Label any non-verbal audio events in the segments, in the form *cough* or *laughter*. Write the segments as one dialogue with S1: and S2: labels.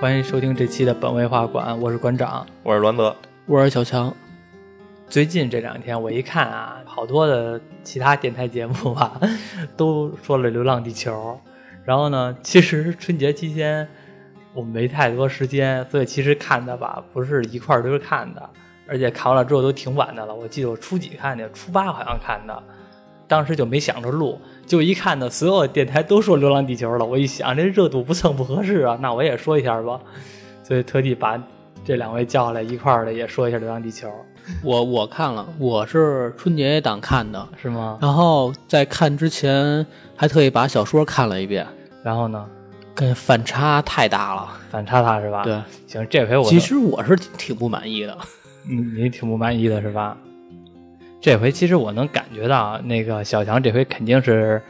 S1: 欢迎收听这期的本位画馆，我是馆长，
S2: 我是栾泽，
S3: 我是小强。
S1: 最近这两天我一看啊，好多的其他电台节目吧， *laughs* 都说了《流浪地球》，然后呢，其实春节期间我没太多时间，所以其实看的吧，不是一块儿堆看的，而且看完了之后都挺晚的了。我记得我初几看的，初八好像看的，当时就没想着录。就一看呢，所有电台都说《流浪地球》了，我一想这热度不蹭不合适啊，那我也说一下吧，所以特地把这两位叫来一块儿的也说一下《流浪地球》，
S3: *laughs* 我我看了，我是春节档看的，
S1: 是吗？
S3: 然后哦在看之前还特意把小说看了一遍，
S1: 然后呢，
S3: 跟反差太大了。
S1: 反差他是吧？，
S3: 对，
S1: 行，这回我
S3: 其实啊我是挺挺不满意的。
S1: 嗯你挺不满意的是吧？这回其实我能感觉到，那个小强这回肯定是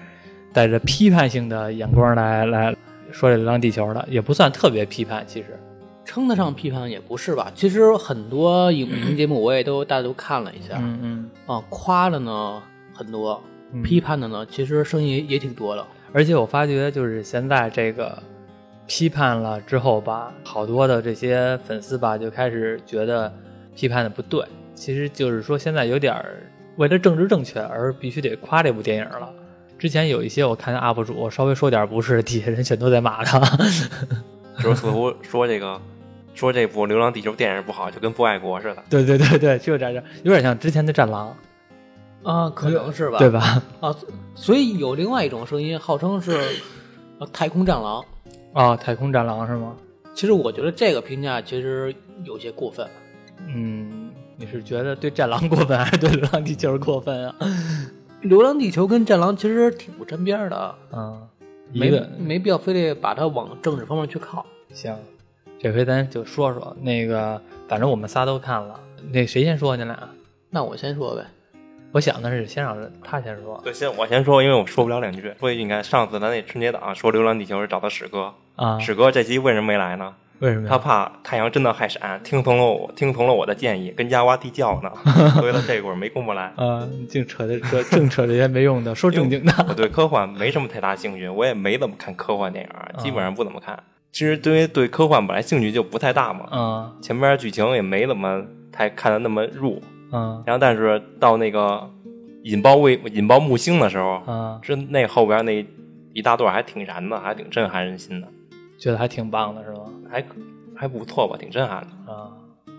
S1: 带着批判性的眼光来来说这《流浪地球》的，也不算特别批判，其实
S3: 称得上批判也不是吧，其实很多影评节目我也都大都看了一下，
S1: 嗯嗯，
S3: 啊，夸的呢很多，
S1: 嗯
S3: 批判的呢其实声音也也挺多的。
S1: 而且我发觉，就是现在这个批判了之后吧，好多的这些粉丝吧，就开始觉得批判的不对。其实就是说，现在有点儿为了政治正确而必须得夸这部电影了。之前有一些我看 UP 主稍微说点不是，底下人全都在骂他。 *laughs*
S2: 就是似乎说这个说这部《流浪地球》电影不好，就跟不爱国似的。
S1: 对对对对，就这样，有点像之前的《战狼
S3: 啊，可能是》，吧，
S1: 对？吧？
S3: 啊，所以有另外一种声音，号称是呃太空战狼。
S1: 哦，太空战狼是吗？
S3: 其实我觉得这个评价其实有些过分。
S1: 嗯，你是觉得对战狼过分，还是对流浪地球过分啊？
S3: 《流浪地球》跟《战狼》其实挺不沾边儿的，
S1: 嗯，一
S3: 没
S1: 个
S3: 没必要非得把它往政治方面去靠。
S1: 行，这回咱就说说那个，反正我们仨都看了，那谁先说？你啊俩？
S3: 那我先说呗，
S1: 我想的是先让他先说
S2: 对，先我先说，因为我说不了两句。所以你看，上次咱那春节档说《流浪地球》是找到史哥，
S1: 啊，
S2: 史哥这期为什么没来呢？
S1: 为什么
S3: 啊
S2: 他
S1: 呀？
S2: 怕太阳真的害闪，听从了我听从了我的建议，跟家挖地窖
S3: *laughs*
S2: 呢，所以他这会儿没工夫来。
S1: 啊，你净扯这扯净扯这些没用的，说正经 *laughs* 的。
S2: 我对科幻没什么太大兴趣，我也没怎么看科幻电影，基本上不怎么看。其实对于对科幻本来兴趣就不太大嘛，
S1: 嗯
S2: 前边剧情也没怎么太看的那么入。
S1: 嗯
S2: 然后但是到那个引爆卫引爆木星的时候，
S1: 嗯，
S2: 这那后边那一大段还挺燃的，还挺震撼人心的，
S1: 觉得还挺棒的是吗？
S2: 还还不错吧，挺震撼的。？
S1: 啊，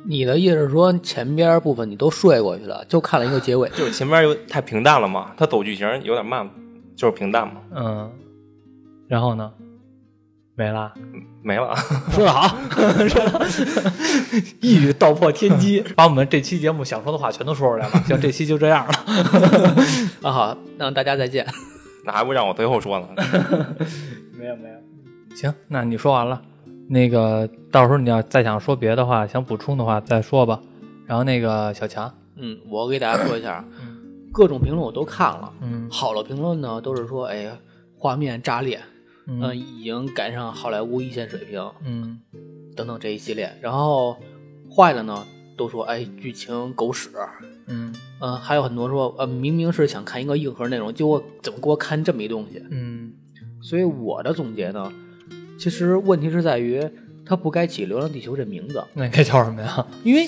S3: 你的意思是说前边部分你都睡过去了，就看了一个结尾
S2: 就是前面有太平淡了嘛，它走剧情有点慢，就是平淡嘛，
S1: 嗯，然后呢？没了，
S2: 没了。 *laughs*
S1: 说得好， *laughs* 说得好，一语道破天机， *laughs* 把我们这期节目想说的话全都说出来了。行，这期就这样了。
S3: 啊好，那大家再见。
S2: 那还不让我最后说呢？
S1: 没有没有。行，那你说完了，那个到时候你要再想说别的话，想补充的话再说吧。然后那个小强，
S3: 嗯，我给大家说一下啊
S1: 嗯，
S3: 各种评论我都看了，
S1: 嗯
S3: 好的评论呢都是说，哎呀，画面炸裂，嗯、
S1: 嗯
S3: 已经赶上好莱坞一线水平
S1: 嗯
S3: 等等这一系列。然后坏的呢都说，哎，剧情狗屎，
S1: 嗯
S3: 嗯，还有很多说，呃，明明是想看一个硬核内容，结果怎么给我看这么一东西？
S1: 嗯
S3: 所以我的总结呢，其实问题是在于它不该起《流浪地球》这名字，
S1: 那该叫什么呀？
S3: 因为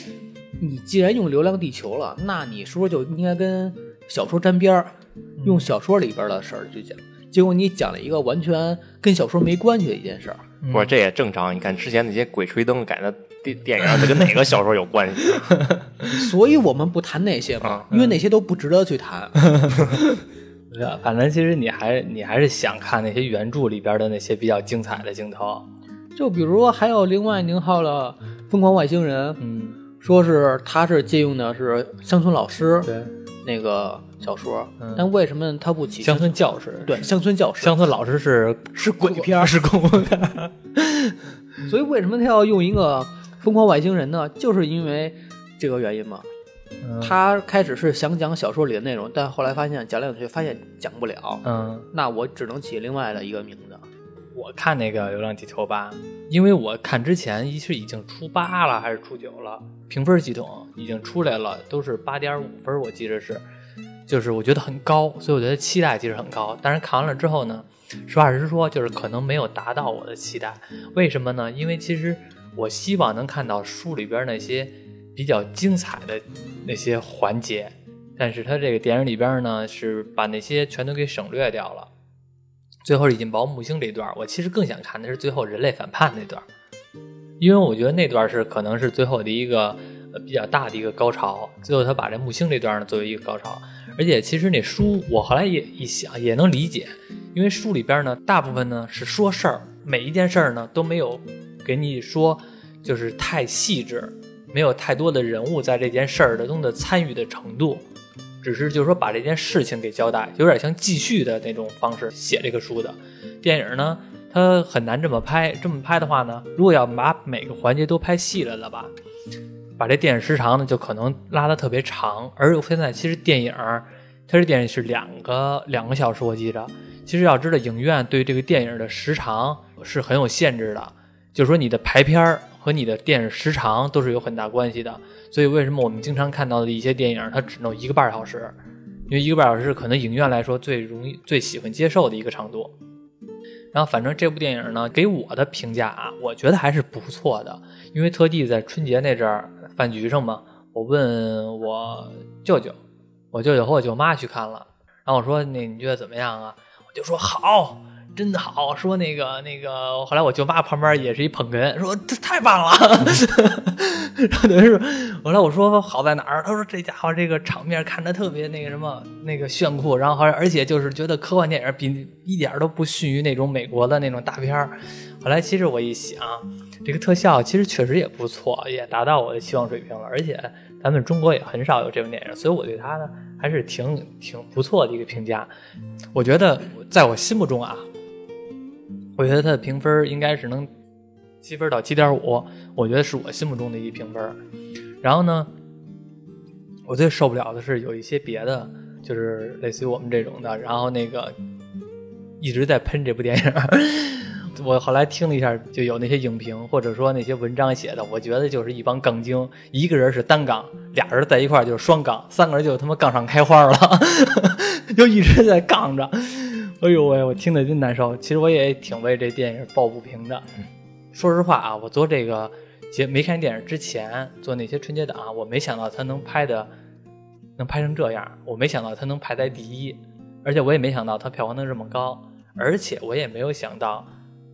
S3: 你既然用《流浪地球》了，那你是不是就应该跟小说沾边儿，
S1: 嗯
S3: 用小说里边的事儿去讲？结果你讲了一个完全跟小说没关系的一件事儿，
S1: 嗯
S2: 不是，这也正常。你看之前那些鬼吹灯改的电电影，它跟哪个小说有关系？
S3: 所以我们不谈那些嘛
S2: 啊，
S1: 嗯
S3: 因为那些都不值得去谈。
S1: 这，啊反正其实你还你还是想看那些原著里边的那些比较精彩的镜头。
S3: 就比如还有另外宁浩的《疯狂外星人》，
S1: 嗯，
S3: 说是他是借用的是乡村老师
S1: 对，
S3: 那个小说，
S1: 嗯
S3: 但为什么他不起
S1: 乡村教师，
S3: 对乡村教师？
S1: 乡村老师是是鬼片儿，是恐怖片儿。 *laughs* 嗯
S3: 所以为什么他要用一个疯狂外星人呢？就是因为这个原因嘛。
S1: 嗯
S3: 他开始是想讲小说里的内容，但后来发现讲来讲去发现讲不了，
S1: 嗯。
S3: 那我只能起另外的一个名字。
S1: 我看那个《流浪地球》吧，因为我看之前一是已经出八了还是出九了，评分系统已经出来了，都是八点五分，我记着是，就是我觉得很高，所以我觉得期待其实很高。但是看完了之后呢，实话实说，就是可能没有达到我的期待。为什么呢？因为其实我希望能看到书里边那些比较精彩的那些环节，但是它这个电影里边呢，是把那些全都给省略掉了。最后引进保姆星这一段，我其实更想看的是最后人类反叛那段，因为我觉得那段是可能是最后的一个呃比较大的一个高潮。最后他把这木星这段呢作为一个高潮，而且其实那书我后来也一想也能理解，因为书里边呢大部分呢是说事儿，每一件事儿呢都没有给你说就是太细致，没有太多的人物在这件事儿的中的参与的程度。只是就是说把这件事情给交代，有点像记叙的那种方式写这个书的。电影呢，它很难这么拍，这么拍的话呢，如果要把每个环节都拍细了的吧，把这电影时长呢就可能拉得特别长。而现在其实电影，它这电影是两个两个小时，我记着。其实要知道，影院对这个电影的时长是很有限制的，就是说你的排片儿和你的电影时长都是有很大关系的。所以为什么我们经常看到的一些电影，它只能一个半小时，因为一个半小时是可能影院来说最容易、最喜欢接受的一个长度。然后，反正这部电影呢，给我的评价啊，我觉得还是不错的。因为特地在春节那阵儿饭局上嘛，我问我舅舅，我舅舅和我舅妈去看了，然后我说：“那你觉得怎么样啊？”我就说：“好。”真的好，说那个那个，后来我舅妈旁边也是一捧哏，说这太棒了。 *laughs* 然后等于是，后来我说好在哪儿？他说这家伙这个场面看着特别那个什么那个炫酷，然后好像而且就是觉得科幻电影比一点都不逊于那种美国的那种大片儿。后来其实我一想，这个特效其实确实也不错，也达到我的期望水平了，而且咱们中国也很少有这种电影，所以我对它呢还是挺挺不错的一个评价。我觉得在我心目中啊。我觉得它的评分应该是能七分到七点五，我觉得是我心目中的一评分。然后呢，我最受不了的是有一些别的，就是类似于我们这种的，然后那个一直在喷这部电影。我后来听了一下，就有那些影评或者说那些文章写的，我觉得就是一帮杠精，一个人是单杠，俩人在一块儿就是双杠，三个人就他妈杠上开花了， *laughs* 就一直在杠着。哎呦喂，我听得真难受。其实我也挺为这电影抱不平的。说实话啊，我做这个节没看电影之前做那些春节档、啊，我没想到它能拍的能拍成这样，我没想到它能排在第一，而且我也没想到它票房能这么高，而且我也没有想到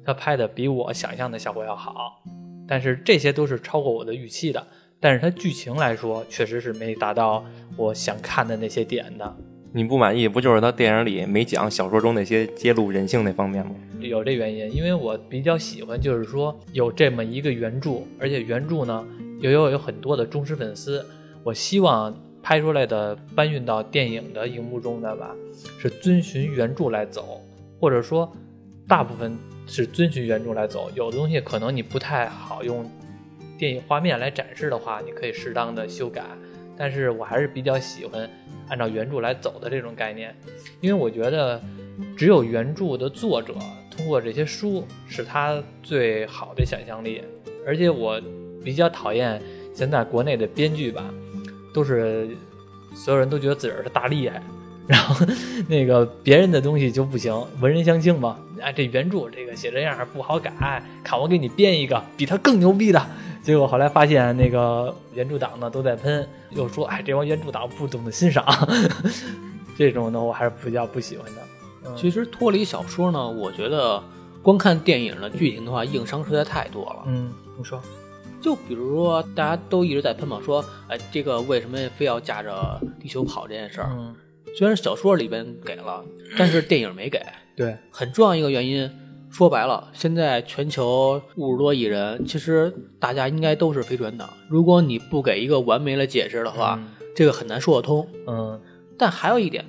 S1: 它拍的比我想象的效果要好。但是这些都是超过我的预期的。但是它剧情来说，确实是没达到我想看的那些点的。
S2: 你不满意，不就是他电影里没讲小说中那些揭露人性那方面吗？
S1: 有这原因，因为我比较喜欢，就是说有这么一个原著，而且原著呢也有有很多的忠实粉丝。我希望拍出来的搬运到电影的荧幕中的吧，是遵循原著来走，或者说大部分是遵循原著来走。有的东西可能你不太好用电影画面来展示的话，你可以适当的修改。但是我还是比较喜欢按照原著来走的这种概念，因为我觉得只有原著的作者通过这些书是他最好的想象力，而且我比较讨厌现在国内的编剧吧，都是所有人都觉得自个儿是大厉害，然后那个别人的东西就不行，文人相轻嘛，哎这原著这个写这样不好改，看我给你编一个比他更牛逼的。结果后来发现，那个原著党呢都在喷，又说：“哎，这帮原著党不懂得欣赏。”这种呢，我还是比较不喜欢的。嗯、
S3: 其实脱离小说呢，我觉得光看电影的剧情的话，硬伤实在太多了。
S1: 嗯，你说，
S3: 就比如说大家都一直在喷嘛，说：“哎，这个为什么非要架着地球跑这件事儿？”
S1: 嗯，
S3: 虽然小说里边给了，但是电影没给。
S1: 对，
S3: 很重要一个原因。说白了，现在全球五十多亿人，其实大家应该都是非传党。如果你不给一个完美的解释的话，
S1: 嗯
S3: 这个很难说得通。
S1: 嗯
S3: 但还有一点，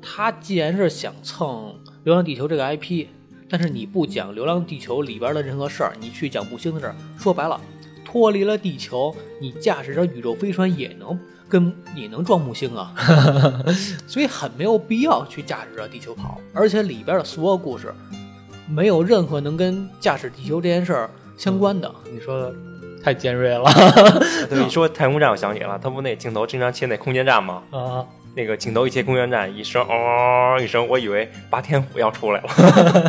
S3: 他既然是想蹭《流浪地球》这个 IP，但是你不讲《流浪地球》里边的任何事儿，你去讲木星的事儿，说白了，脱离了地球，你驾驶着宇宙飞船也能跟也能撞木星啊，所以很没有必要去驾驶着地球跑。而且里边的所有故事，没有任何能跟驾驶地球这件事儿相关的。
S1: 你说的太尖锐了
S2: 对，一说太空站，我想起了，他不那镜头经常切那空间站吗？
S1: 啊！
S2: 那个镜头一切空间站一声哦一声，我以为霸天虎要出来了。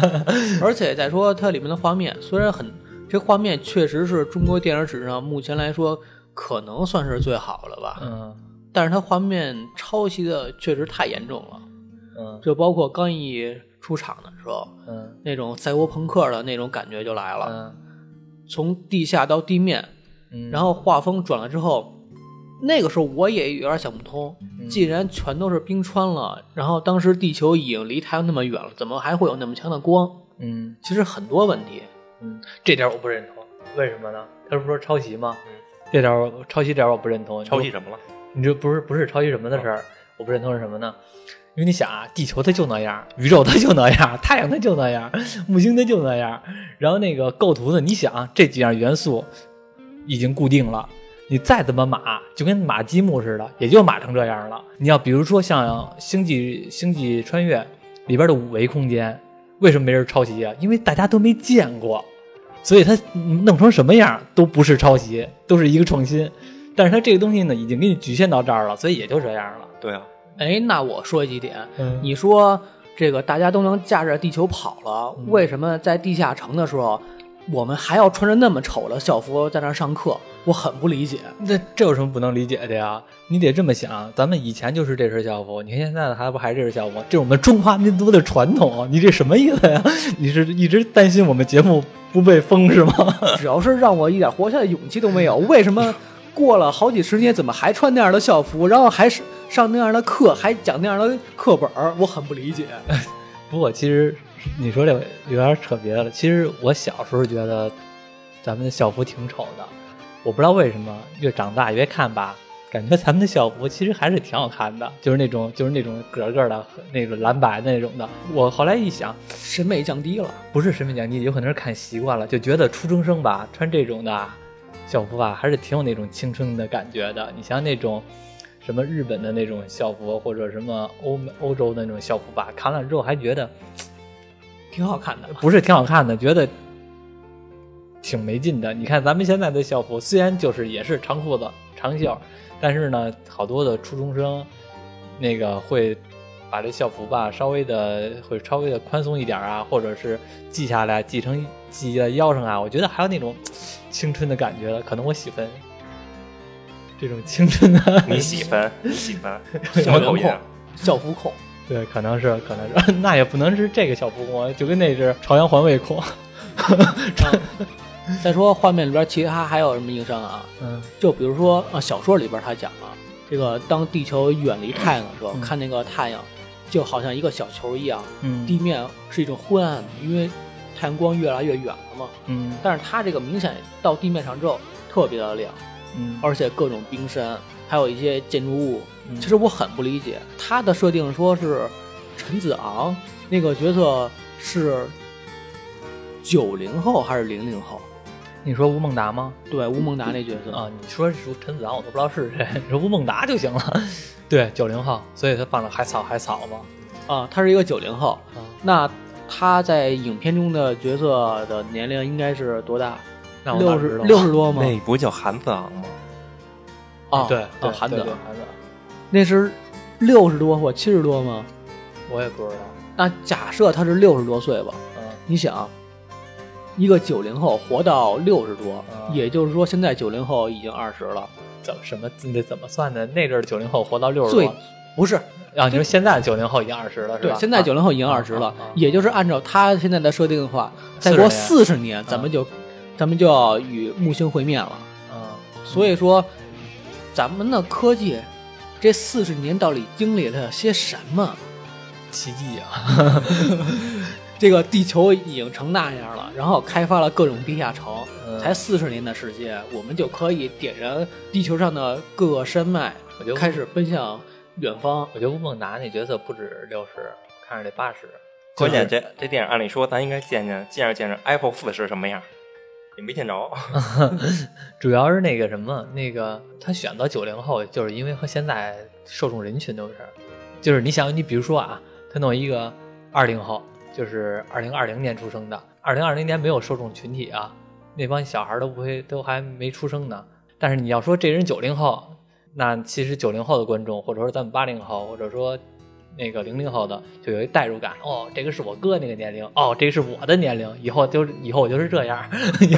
S3: 而且再说它里面的画面，虽然很这画面确实是中国电影史上目前来说可能算是最好了吧，
S1: 嗯
S3: 但是它画面抄袭的确实太严重了，
S1: 嗯
S3: 就包括刚一出场的时候，
S1: 嗯
S3: 那种赛博朋克的那种感觉就来了，
S1: 嗯
S3: 从地下到地面，
S1: 嗯，
S3: 然后画风转了之后，那个时候我也有点想不通，
S1: 嗯
S3: 既然全都是冰川了，然后当时地球已经离太阳那么远了，怎么还会有那么强的光？
S1: 嗯
S3: 其实很多问题，
S1: 嗯，这点我不认同，为什么呢？他不是说抄袭吗？
S2: 嗯
S1: 这点我抄袭点我不认同，
S2: 抄袭什么了？
S1: 你这不是不是抄袭什么的事儿，我不认同是什么呢？因为你想啊，地球它就那样，宇宙它就那样，太阳它就那样，木星它就那样，然后那个构图呢，你想啊这几样元素已经固定了，你再怎么码，就跟码积木似的，也就码成这样了。你要比如说像《星际星际穿越》里边的五维空间，为什么没人抄袭啊？因为大家都没见过，所以它弄成什么样都不是抄袭，都是一个创新。但是它这个东西呢，已经给你局限到这儿了，所以也就这样了。
S2: *laughs* 对啊，
S3: 哎，那我说几点，
S1: 嗯
S3: 你说这个大家都能驾着地球跑了，
S1: 嗯
S3: 为什么在地下城的时候，我们还要穿着那么丑的校服在那儿上课？我很不理解。
S1: 那这有什么不能理解的呀？你得这么想，啊咱们以前就是这身校服，你看现在的孩子不还这身校服？这是我们中华民族的传统，你这什么意思呀？你是一直担心我们节目不被封是吗？
S3: 只要是让我一点活下来的勇气都没有，为什么过了好几十年，怎么还穿那样的校服，然后还是上那样的课，还讲那样的课本儿？我很不理解。
S1: 呃不过其实你说这有点扯别的了。其实我小时候觉得咱们的校服挺丑的，我不知道为什么越长大越看吧，感觉咱们的校服其实还是挺好看的，就是那种就是那种格格的那种蓝白的那种的。我后来一想，
S3: 审美降低了，
S1: 不是审美讲低，有可能是看习惯了，就觉得初中生吧穿这种的校服吧，还是挺有那种青春的感觉的。你像那种什么日本的那种校服，或者什么欧美欧洲的那种校服吧，看了之后还觉得。
S3: 挺好看的嘛。
S1: 不是挺好看的，觉得挺没劲的。你看咱们现在的校服，虽然就是也是长裤子、长袖，但是呢，好多的初中生那个会把这校服吧稍微的会稍微的宽松一点啊，或者是系下来系成系在腰上啊。我觉得还有那种青春的感觉了，可能我喜欢 *laughs* 这种青春的。
S2: 你喜欢，你喜欢， *laughs* 什么口音啊？
S3: 校服控，
S1: 对，可能是，可能是，那也不能是这个校服控，就跟那是朝阳环卫控。
S3: 嗯再说画面里边其他还有什么硬伤啊？
S1: 嗯
S3: 就比如说啊，小说里边他讲了，这个当地球远离太阳的时候，
S1: 嗯
S3: 看那个太阳就好像一个小球一样，
S1: 嗯
S3: 地面是一种昏暗的，因为太阳光越来越远了嘛。
S1: 嗯
S3: 但是它这个明显到地面上之后特别的亮，
S1: 嗯
S3: 而且各种冰山，还有一些建筑物。
S1: 嗯
S3: 其实我很不理解它的设定，说是陈子昂那个角色是九零后还是零零后？
S1: 你说吴孟达吗？
S3: 对，吴孟达那角色
S1: 啊，你说是陈子昂，我都不知道是谁， *laughs* 你说吴孟达就行 *laughs* 了。对，九零后，所以他放了海草海草嘛。
S3: 啊，他是一个九零后。
S1: 啊，
S3: 那他在影片中的角色的年龄应该是多大？
S1: 那我哪
S3: 六
S1: 知
S3: 十
S1: 道啊
S3: 六十多吗？
S2: 那不叫韩子昂吗？
S3: 啊，
S1: 对
S3: 啊，韩
S1: 对
S3: 子
S1: 对，韩子昂，
S3: 那是六十多或七十多吗？
S1: 我也不知道。
S3: 那假设他是六十多岁吧，
S1: 嗯
S3: 你想，一个九零后活到六十多，
S1: 啊
S3: 也就是说现在九零后已经二十了，
S1: 怎么什么你得怎么算呢？那阵儿九零后活到六十
S3: 最
S1: 多，
S3: 不是
S1: 啊，你说现在九零后已经二十了是
S3: 对
S1: 吧？，
S3: 现在九
S1: 零
S3: 零后已经二十了，
S1: 啊啊
S3: 也就是按照他现在的设定的话，再过四
S1: 40
S3: 十年咱们就、
S1: 嗯
S3: 咱们就要与木星会面了。
S1: 啊，
S3: 所以说，咱们的科技这四十年到底经历了些什么？
S1: 奇迹啊！
S3: 这个地球已经成那样了，然后开发了各种地下城，
S1: 嗯
S3: 才四十年的时间，我们就可以点燃地球上的各个山脉
S1: 我觉，得
S3: 开始奔向远方。
S1: 我觉得吴孟达那角色不止六十，看着得八十。
S2: 关键这这电影，按理说咱应该见见见着见着 Apple 四是什么样，也没见 *laughs* 着。
S1: *laughs* 主要是那个什么，那个他选择九零后，就是因为和现在受众人群都是，就是你想，你比如说啊，他弄一个二零后，就是二零二零年出生的，二零二零年没有受众群体啊，那帮小孩儿都不会，都还没出生呢。但是你要说这人九零后，那其实九零后的观众，或者说咱们八零后，或者说那个零零后的，就有一代入感。哦，这个是我哥那个年龄，哦，这个是我的年龄，以后就是以后我就是这 *laughs* 样，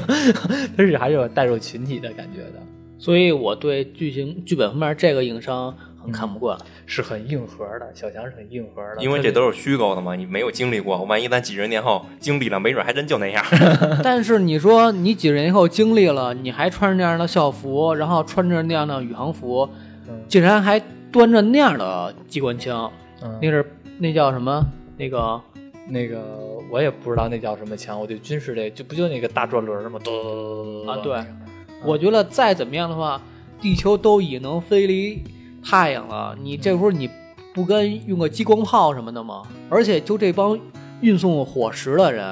S1: 他是还是有代入群体的感觉的，
S3: 所以我对剧情剧本方面这个硬伤很看不惯。
S1: 是很硬核的。小强是很硬核的，
S2: 因为这都是虚构的嘛，你没有经历过，万一咱几十年后经历了，没准还真就那样。
S1: 嗯
S3: *laughs* 但是你说你几十年后经历了，你还穿着那样的校服，然后穿着那样的宇航服，
S1: 嗯
S3: 竟然还端着那样的机关枪，
S1: 嗯
S3: 那是那叫什么？那个
S1: 那个我也不知道那叫什么枪，我对军事类就不就那个大转轮儿吗？嘟嘟嘟嘟嘟
S3: 啊，
S1: 嘟
S3: 对，我觉得再怎么样的话，地球都已能飞离太阳了，你这时候你不跟用个激光炮什么的吗？而且就这帮运送伙食的人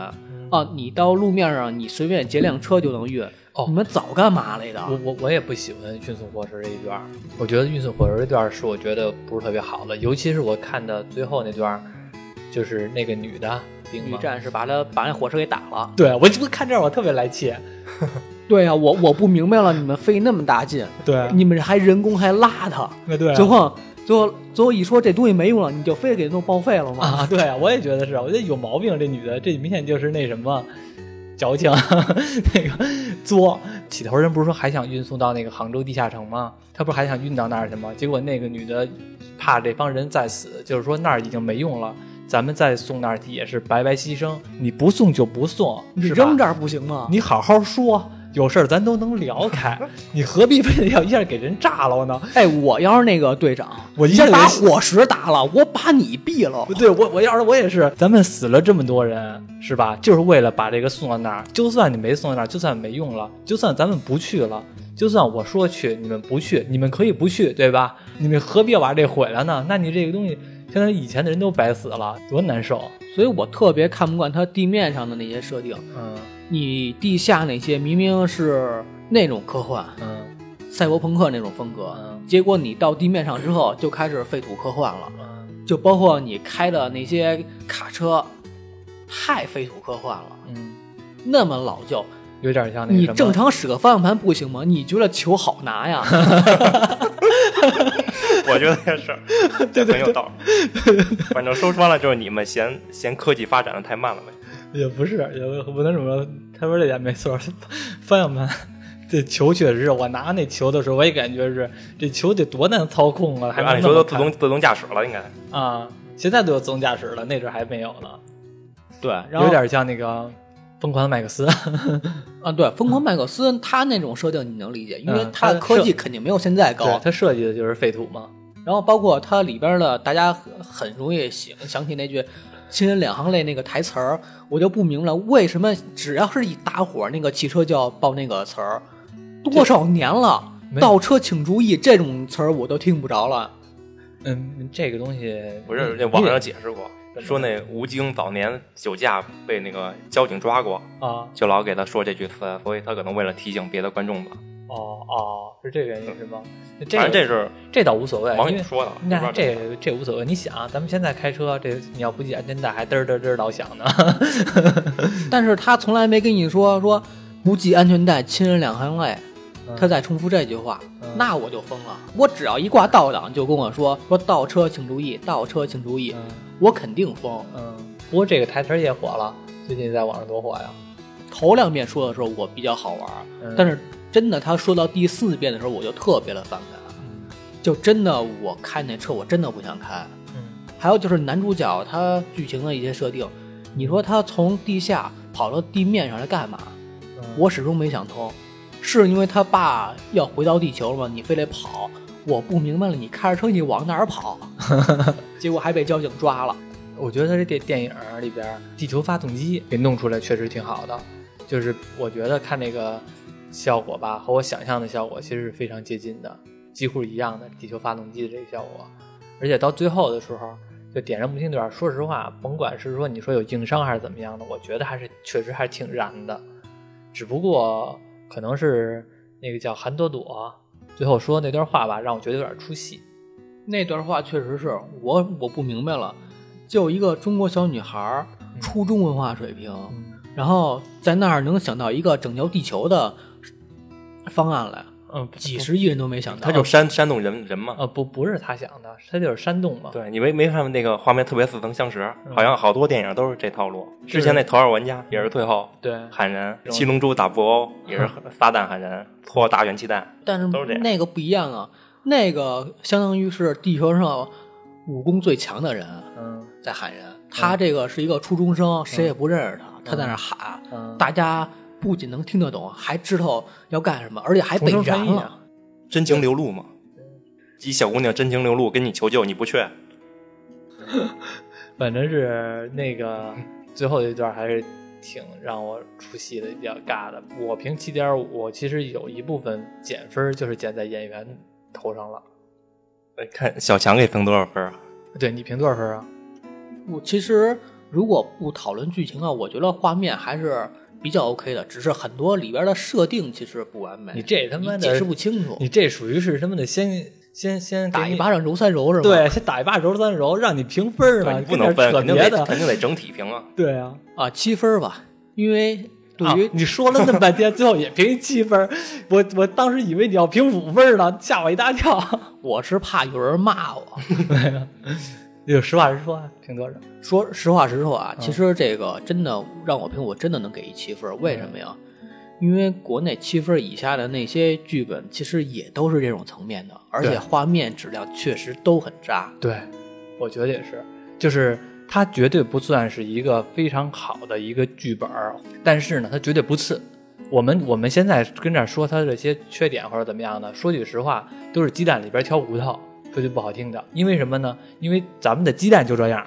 S3: 啊，你到路面上你随便截辆车就能运，
S1: 哦
S3: 你们早干嘛来的？
S1: 我我我也不喜欢运送火车这一段儿，我觉得运送火车这段儿是我觉得不是特别好的，尤其是我看的最后那段儿，就是那个女的兵
S3: 女
S1: 嘛，
S3: 战士把他把那火车给打了。
S1: 对我我看这儿我特别来气，
S3: 对呀、我我不明白了，你们费那么大劲，
S1: 对
S3: 你们还人工还拉他，
S1: 对
S3: 最后最后最后一说这东西没用了，你就非得给弄报废了吗？
S1: 啊，对我也觉得是，我觉得有毛病，这女的这明显就是那什么。矫情， *laughs* 那个作起头人不是说还想运送到那个杭州地下城吗？他不是还想运到那儿去吗？结果那个女的怕这帮人再死，就是说那儿已经没用了，咱们再送那儿去也是白白牺牲。你不送就不送，
S3: 你
S1: 是吧
S3: 扔这儿不行吗？
S1: 你好好说，有事儿咱都能聊
S3: *laughs*
S1: 开，你何必非得要一下给人炸了呢？
S3: 哎，我要是那个队长，
S1: 我一下
S3: 你
S1: 就
S3: 把
S1: 给
S3: 火石打了，我把你毙了
S1: 不。对，我我要是我也是，咱们死了这么多人，是吧？就是为了把这个送到那儿。就算你没送到那儿，就算没用了，就算咱们不去了，就算我说去，你们不去，你们可以不去，对吧？你们何必要把这毁了呢？那你这个东西，相当于以前的人都白死了，多难受。
S3: 所以我特别看不惯它地面上的那些设定，
S1: 嗯
S3: 你地下那些明明是那种科幻、
S1: 嗯
S3: 赛博朋克那种风格
S1: 嗯，
S3: 结果你到地面上之后就开始废土科幻了。
S1: 嗯
S3: 就包括你开的那些卡车，太非土科幻了，
S1: 嗯，
S3: 那么老旧，
S1: 有点像那个
S3: 你
S1: 什么
S3: 正常使个方向盘不行吗？你觉得球好
S1: *laughs*
S3: 拿呀？
S2: *laughs* 我觉得也是，这很有道理。反正说穿了就是你们嫌嫌科技发展的太慢了呗。
S1: 也不是，也不能这么说。他说这点没错，方向盘 *laughs* 这球确实是我拿那球的时候，我也感觉是这球得多难操控啊！还
S2: 按理
S1: 能那么
S2: 说都自动自动驾驶了，应该。
S1: 看啊，现在都有自动驾驶了，那阵儿还没有呢，
S3: 对，然后
S1: 有点像那个疯狂的麦克斯。
S3: 啊，对，疯狂麦克斯他那种设定你能理解，因为
S1: 嗯
S3: 他
S1: 它
S3: 的科技
S1: 设
S3: 肯定没有现在高
S1: 对，。它设计的就是废土嘛。
S3: 然后包括它里边的，大家很很容易想想起那句“亲人两行泪”那个台词儿，我就不明白了为什么只要是一打火，那个汽车就要报那个词儿，多少年了
S1: 没，有
S3: 倒车请注意这种词儿我都听不着
S1: *laughs*
S3: 了。
S1: 嗯，这个东西
S2: 不是，那网
S1: 你
S2: 上解释过，说那吴京早年酒驾被那个交警抓过，
S1: 啊，
S2: 就老给他说这句词，所以他可能为了提醒别的观众吧。
S1: 哦哦，是这个原因是吗？这
S2: 反
S1: 个
S2: 正这是
S1: 这倒无所谓，
S2: 网
S1: 因
S2: 友
S1: 为
S2: 说的，不知
S1: 那
S2: 道
S1: 这这无所谓，你想，啊咱们现在开车，这你要不系安全带，还嘚儿嘚儿嘚儿老响呢。
S3: 但是他从来没跟你说说不系安全带，亲人两行泪。他再重复这句话，
S1: 嗯
S3: 那我就疯了。我只要一挂倒档，就跟我说说倒车请注意，倒车请注意，
S1: 嗯
S3: 我肯定疯。
S1: 嗯，不过这个台词儿也火了，最近在网上多火呀。
S3: 头两遍说的时候我比较好玩，
S1: 嗯
S3: 但是真的他说到第四遍的时候，我就特别的反感，就真的我开那车我真的不想开。
S1: 嗯
S3: 还有就是男主角他剧情的一些设定，你说他从地下跑到地面上来干嘛？
S1: 嗯
S3: 我始终没想通，是因为他爸要回到地球了吗？你非得跑？我不明白了，你开着车你往哪
S2: *laughs*
S3: 儿跑？结果还被交警抓了。
S1: 我觉得他这电电影儿里边儿地球发动机给弄出来确实挺好的，就是我觉得看那个效果吧，和我想象的效果其实是非常接近的，几乎一样的地球发动机的这个效果。而且到最后的时候，就点燃木星队儿，说实话，甭管是说你说有硬伤还是怎么样的，我觉得还是确实还是挺燃的，只不过可能是那个叫韩朵朵最后说那段话吧，让我觉得有点出戏。
S3: 那段话确实是我我不明白了，就一个中国小女孩儿，
S1: 嗯
S3: 初中文化水平，
S2: 嗯
S3: 然后在那儿能想到一个拯救地球的方案来，
S1: 嗯嗯，
S3: 几十亿人都没想到，
S2: 他就煽煽动人人嘛。
S1: 呃不不是他想的，他就是煽动嘛。
S2: 对你没没看那个画面特别似曾相识，
S1: 嗯
S2: 好像好多电影都是这套路。之前那头号玩家也是最后
S1: 对
S2: 喊人，
S1: 嗯
S2: 七龙珠打布欧也是撒旦喊人，搓大元气弹。
S3: 但是
S2: 都是这样
S3: 那个不一样啊，那个相当于是地球上武功最强的人
S1: 嗯
S3: 在喊人，他这个是一个初中生，谁也不认识他，他在那喊，
S1: 嗯，
S3: 大家不仅能听得懂，还知道要干什么，而且还
S1: 同
S3: 被
S1: 声
S3: 燃
S1: 传译啊
S3: 了。
S2: 真情流露嘛。一小姑娘真情流露，跟你求救，你不去，
S1: 反正是那个最后一段还是挺让我出戏的，比较尬的。我评七点五，我其实有一部分减分就是减在演员头上了。
S2: 哎看小强给评多少分啊？
S1: 对你评多少分啊？
S3: 我其实如果不讨论剧情啊，我觉得画面还是比较 OK 的，只是很多里边的设定其实不完美，
S1: 你这他妈的
S3: 你解释不清楚
S1: 你，这属于是什么的？先先先
S3: 打
S1: 给
S3: 一
S1: 你
S3: 巴掌揉三揉是吧？
S1: 对，先打一巴揉三揉，让你评分
S2: 对
S1: 呢，
S2: 你不能分，
S1: 扯
S2: 肯定
S1: 别
S2: 得肯
S1: 的。
S2: 定得整体评啊。
S1: 对 *laughs* 啊，
S3: 啊，七分吧，因为对于
S1: 啊你说了那么半天，最后也评七分，我我当时以为你要评五分呢，吓我一大 *laughs* 跳。
S3: 我是怕有人骂我。
S1: 就实话实说啊，评多少？
S3: 说实话实说
S1: 嗯
S3: 啊，其实这个真的让我评，我真的能给一七分儿。为什么呀？因为国内七分儿以下的那些剧本，其实也都是这种层面的，而且
S1: 对
S3: 画面质量确实都很渣。
S1: 对，我觉得也是，就是它绝对不算是一个非常好的一个剧本儿，但是呢，它绝对不次。我们我们现在跟这儿说它这些缺点或者怎么样呢？说句实话，都是鸡蛋里边挑骨头，说句不好听的。因为什么呢？因为咱们的鸡蛋就这样，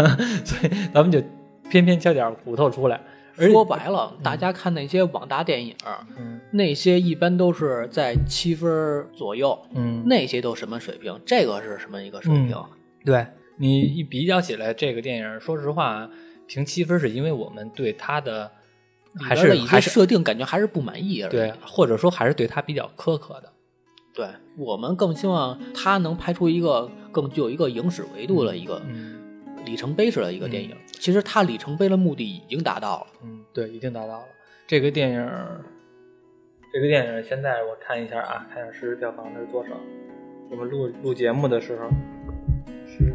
S1: *laughs* 所以咱们就偏偏挑点骨头出来。而且
S3: 说白了，大家看那些网大电影儿，
S1: 嗯
S3: 那些一般都是在七分儿左右，
S1: 嗯，
S3: 那些都什么水平？这个是什么一个水平？
S1: 对你一比较起来，这个电影，说实话，评七分是因为我们对它的
S3: 里
S1: 还
S3: 边的
S1: 是
S3: 一
S1: 还
S3: 些
S1: 是
S3: 设定感觉还是不满意而已。
S1: 对，或者说还是对他比较苛刻的。
S3: 对我们更希望它能拍出一个更具有一个影史维度的一个
S1: 嗯
S3: 里程碑式的一个电影。其实它里程碑的目的已经达到了。
S1: 嗯，对，一定达到了。这个电影，这个电影现在我看一下啊，看一下实时票房它是多少。我们录录节目的时候是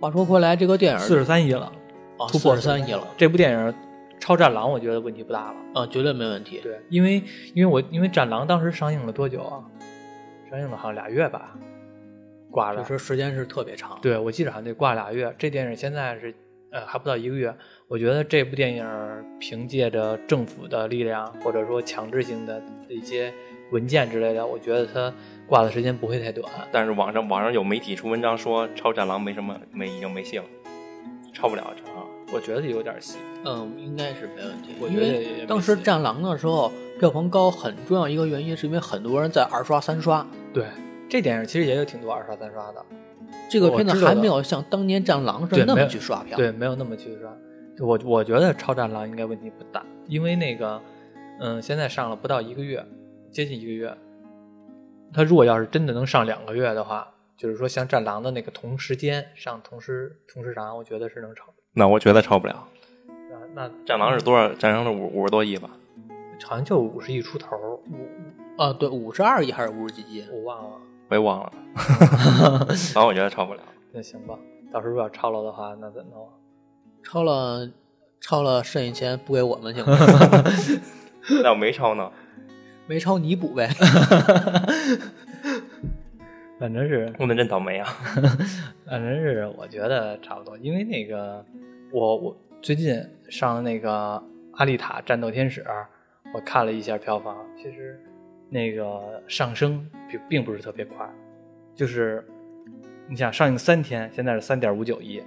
S3: 话说回来，这个电影
S1: 四十三亿了，
S3: 哦
S1: 突破
S3: 四十三亿了，
S1: 这部电影超《战狼》，我觉得问题不大了。
S3: 嗯，绝对没问题。
S1: 对，因为因为我因为《战狼》当时上映了多久啊？上映了好像俩月吧，挂
S3: 就
S1: 了。
S3: 是时间是特别长。，
S1: 对，我记得好像得挂俩月。这电影现在是呃还不到一个月，我觉得这部电影儿凭借着政府的力量，或者说强制性的一些文件之类的，我觉得它挂的时间不会太短。
S2: 但是网上网上有媒体出文章说《超战狼》没什么没已经没戏了，超不了啊《战狼》。
S1: 我觉得有点细，
S3: 嗯，应该是没问题。
S1: 我觉
S3: 因
S1: 得
S3: 为
S1: 也没
S3: 当时《
S1: 戏
S3: 战狼》的时候票房高，很重要一个原因是因为很多人在二刷、三刷。
S1: 对，这电影其实也有挺多二刷三刷的，
S3: 这个片子
S1: 我知道
S3: 还
S1: 的
S3: 没有像当年《战狼》
S1: 对
S3: 是那
S1: 没
S3: 么
S1: 有
S3: 去刷票。
S1: 对，没有那么去刷。我我觉得《超战狼》应该问题不大，因为那个，嗯，现在上了不到一个月，接近一个月。它如果要是真的能上两个月的话，就是说像《战狼》的那个同时间上同时同时长，我觉得是能超。
S2: 那我觉得超不了。
S1: 啊，那
S2: 《战狼》是多少？《战狼》是五五十多亿吧？
S1: 好像就五十亿出头，
S3: 啊，对，五十二亿还是五十几亿？
S1: 我忘了。
S2: 我也
S1: *laughs*
S2: 忘了。反正我觉得超不了。
S1: 那行吧，到时候如果要超了的话，那怎么弄啊？
S3: 超了，超了，剩下钱不给我们行吗？
S1: *laughs*
S2: 那我没超呢。
S3: 没超你补呗。
S1: 反正是
S2: 我们真倒霉啊！
S1: *laughs* 反正是我觉得差不多，因为那个我我最近上那个《阿丽塔：战斗天使》，我看了一下票房，其实那个上升并并不是特别快，就是你想上映三天，现在是三点五九亿，《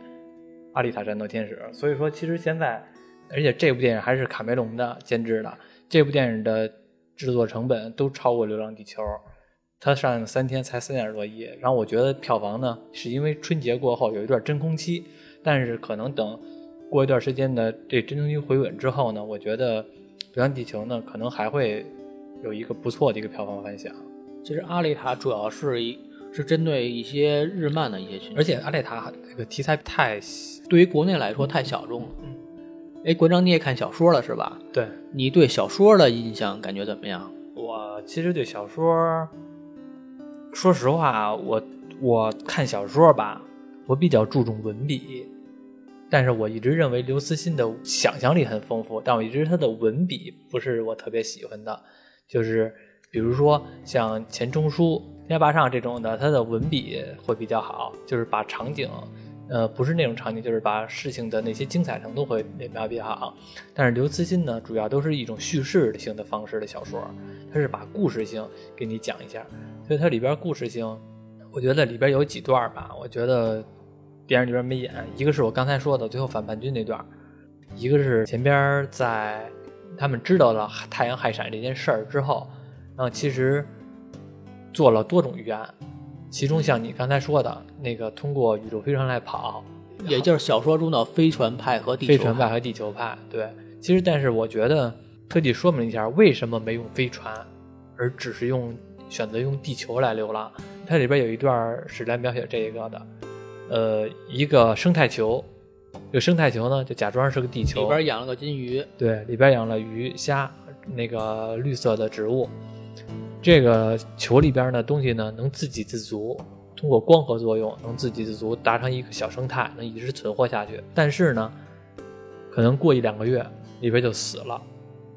S1: 阿丽塔：战斗天使》，所以说其实现在，而且这部电影还是卡梅隆的监制的，这部电影的制作成本都超过《流浪地球》，它上映三天才三点多亿，然后我觉得票房呢，是因为春节过后有一段真空期，但是可能等过一段时间的这真空期回稳之后呢，我觉得《流浪地球》呢可能还会有一个不错的一个票房反响，
S3: 其实《阿丽塔》主要是一是针对一些日漫的一些群体，
S1: 而且《阿丽塔》这个题材太
S3: 对于国内来说太小众了。
S1: 嗯
S3: 哎，馆长你也看小说了是吧？
S1: 对
S3: 你对小说的印象感觉怎么样？
S1: 我其实对小说，说实话，我我看小说吧，我比较注重文笔，但是我一直认为刘慈欣的想象力很丰富，但我一直他的文笔不是我特别喜欢的，就是比如说像钱钟书、天涯上这种的，他的文笔会比较好，就是把场景。呃，不是那种场景，就是把事情的那些精彩程度会描比较好。但是刘慈欣呢，主要都是一种叙事性的方式的小说，它是把故事性给你讲一下，所以它里边故事性，我觉得里边有几段吧，我觉得电影里边没演，一个是我刚才说的最后反叛军那段，一个是前边在他们知道了太阳害闪这件事儿之后，然后其实做了多种预案。其中像你刚才说的那个，通过宇宙飞船来跑，
S3: 也就是小说中的飞船派和地球
S1: 飞船派和地球派。对，其实但是我觉得特地说明了一下，为什么没用飞船，而只是用选择用地球来流浪。它里边有一段是来描写这个的，呃，一个生态球，这个生态球呢就假装是个地球，
S3: 里边养了个金鱼，
S1: 对，里边养了鱼虾，那个绿色的植物。这个球里边的东西呢，能自给自足，通过光合作用能自给自足，达成一个小生态，能一直存活下去。但是呢，可能过一两个月里边就死了。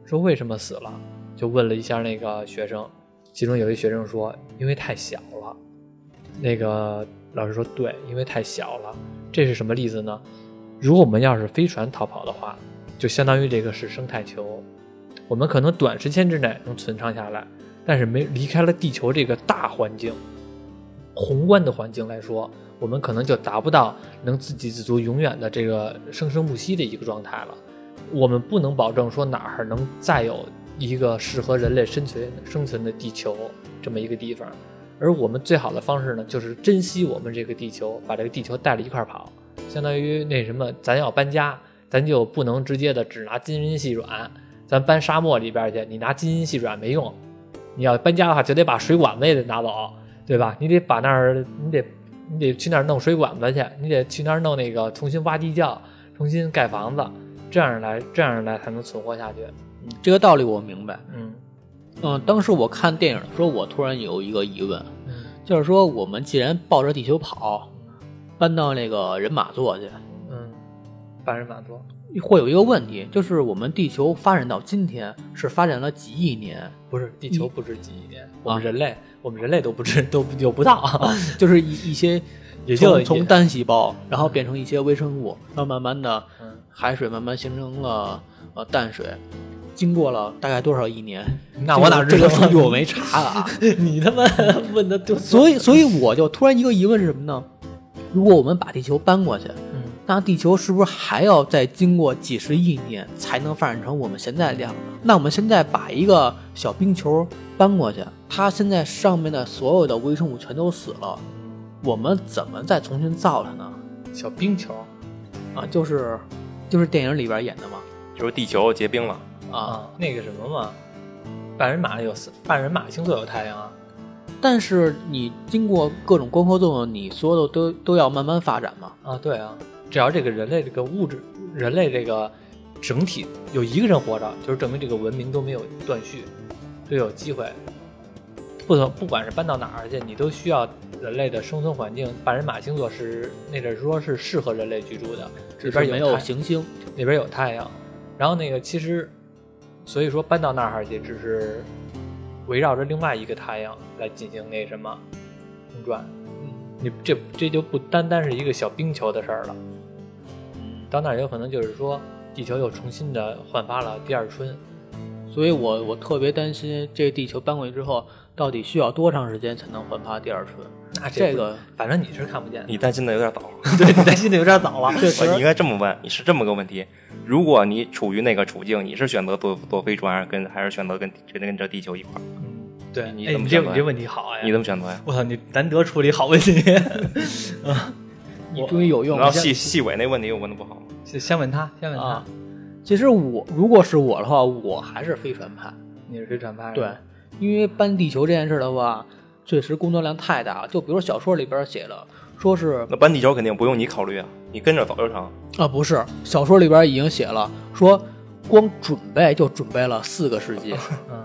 S1: 说为什么死了？就问了一下那个学生，其中有一学生说，因为太小了。那个老师说，对，因为太小了。这是什么例子呢？如果我们要是飞船逃跑的话，就相当于这个是生态球，我们可能短时间之内能存长下来。但是没离开了地球这个大环境、宏观的环境来说，我们可能就达不到能自给自足、永远的这个生生不息的一个状态了。我们不能保证说哪儿能再有一个适合人类生存生存的地球这么一个地方，而我们最好的方式呢，就是珍惜我们这个地球，把这个地球带着一块儿跑，相当于那什么，咱要搬家，咱就不能直接的只拿金银细软，咱搬沙漠里边去，你拿金银细软没用。你要搬家的话，就得把水管子也得拿走，对吧？你得把那儿，你得你得去那儿弄水管子去，你得去那儿弄那个重新挖地窖，重新盖房子，这样来这样来才能存活下去。
S3: 嗯这个道理我明白。
S1: 嗯
S3: 嗯，当时我看电影的时候，我突然有一个疑问，
S1: 嗯
S3: 就是说我们既然抱着地球跑，搬到那个人马座去，
S1: 嗯，半人马座。
S3: 会有一个问题，就是我们地球发展到今天是发展了几亿年，
S1: 不是地球不止几亿年，我们
S3: 啊
S1: 人类、我们人类都不止都有不到，
S3: 就是一一些
S1: 也就
S3: 从从单细胞，然后变成一些微生物，然后慢慢的
S1: *laughs* 嗯
S3: 海水慢慢形成了呃淡水，经过了大概多少亿年？
S1: *laughs* 那我哪知道
S3: 这个数据我没查啊。
S1: 嗯 *laughs* 你他妈问的就
S3: *laughs* 所以所以我就突然一个疑问是什么呢？如果我们把地球搬过去，
S1: 嗯
S3: 那地球是不是还要再经过几十亿年才能发展成我们现在这样的？那我们现在把一个小冰球搬过去，它现在上面的所有的微生物全都死了，我们怎么再重新造它呢？
S1: 小冰球
S3: 啊，就是就是电影里边演的嘛。
S2: 就是地球结冰了，
S3: 啊，
S1: 啊，那个什么嘛，半人马有四半人马星座有太阳啊。
S3: 但是你经过各种光合作用，你所有的都都要慢慢发展嘛。
S1: 啊，对啊，只要这个人类这个物质，人类这个整体有一个人活着，就是证明这个文明都没有断续，都有机会。不能不管是搬到哪儿去，你都需要人类的生存环境。半人马星座是那阵儿说是适合人类居住的，
S3: 只
S1: 里
S3: 是
S1: 边
S3: 没
S1: 有
S3: 有
S1: 太
S3: 行星，
S1: 里边有太阳。然后那个其实，所以说搬到那儿去只是围绕着另外一个太阳来进行那什么公转。
S3: 嗯
S1: 你这这就不单单是一个小冰球的事儿了。到那儿有可能就是说，地球又重新的焕发了第二春。
S3: 所以我我特别担心这地球搬过去之后，到底需要多长时间才能焕发第二春？
S1: 那
S3: 这
S1: 不
S3: 个
S1: 反正你是看不见的，
S2: 你担心的有点早。
S1: *laughs* 对你担心的有点早了。
S3: *laughs*
S1: 确
S2: 我应该这么问，你是这么个问题：如果你处于那个处境，你是选择坐坐飞船，还是跟还是选择跟跟跟着地球一块儿？
S1: 嗯，对，
S2: 你
S1: 哎，
S2: 怎么
S1: 你这
S2: 想的
S1: 你这问题好呀！
S2: 你怎么选择呀？
S1: 我操，你难得处理好问题。啊，
S3: 你终于有用
S2: 然后
S3: 了。
S2: 细细尾那问题我问的不好吗？
S1: *laughs* 先先问他，先问他，
S3: 啊，其实我如果是我的话，我还是飞船派。
S1: 你是谁转发？
S3: 对，，因为搬地球这件事的话，确实工作量太大了。就比如小说里边写的，说是
S2: 那搬地球肯定不用你考虑啊，你跟着走就成。
S3: 啊，不是，小说 *laughs* 里边已经写了，说光准备就准备了四个世纪。
S1: 嗯，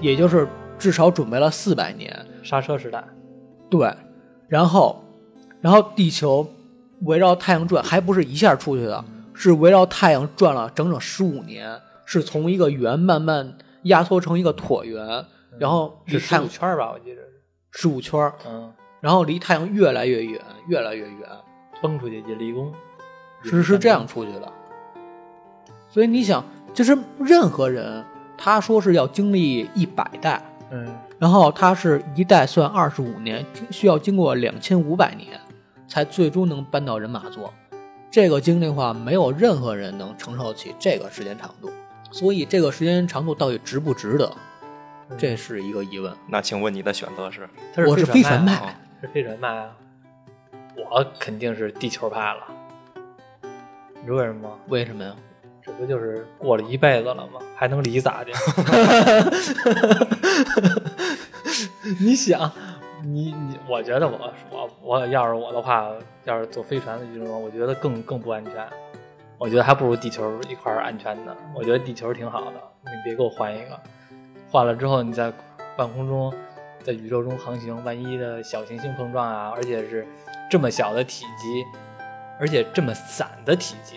S3: 也就是至少准备了四百年。
S1: 刹车时代，
S3: 对，然后，然后地球围绕太阳转，还不是一下出去的，是围绕太阳转了整整十五年，是从一个圆慢慢压缩成一个椭圆，然后
S1: 是
S3: 离太
S1: 十
S3: 阳
S1: 五圈儿吧，我记着是，
S3: 十五圈儿，
S1: 嗯，
S3: 然后离太阳越来越远，越来越远，
S1: 蹦出去也立功，
S3: 是是这样出去的。所以你想，就是任何人，他说是要经历一百代，
S1: 嗯，
S3: 然后它是一代算二十五年，经需要经过两千五百年，才最终能搬到人马座。这个经历的话，没有任何人能承受起这个时间长度，所以这个时间长度到底值不值得，这是一个疑问。
S2: 那请问你的选择是？
S1: 他嗯是
S3: 我是
S1: 飞
S3: 飞船
S1: 派
S3: 派
S1: 啊，是飞船派啊，我肯定是地球派了。你知道为什么吗？
S3: 为什么呀？
S1: 这不就是过了一辈子了吗？还能离咋的？ *laughs* 你想，你你，我觉得我我我要是我的话，要是坐飞船的这种，我觉得更更不安全。我觉得还不如地球一块儿安全呢。我觉得地球挺好的，你别给我换一个，换了之后你在半空中，在宇宙中航行，万一的小行星碰撞啊，而且是这么小的体积，而且这么散的体积，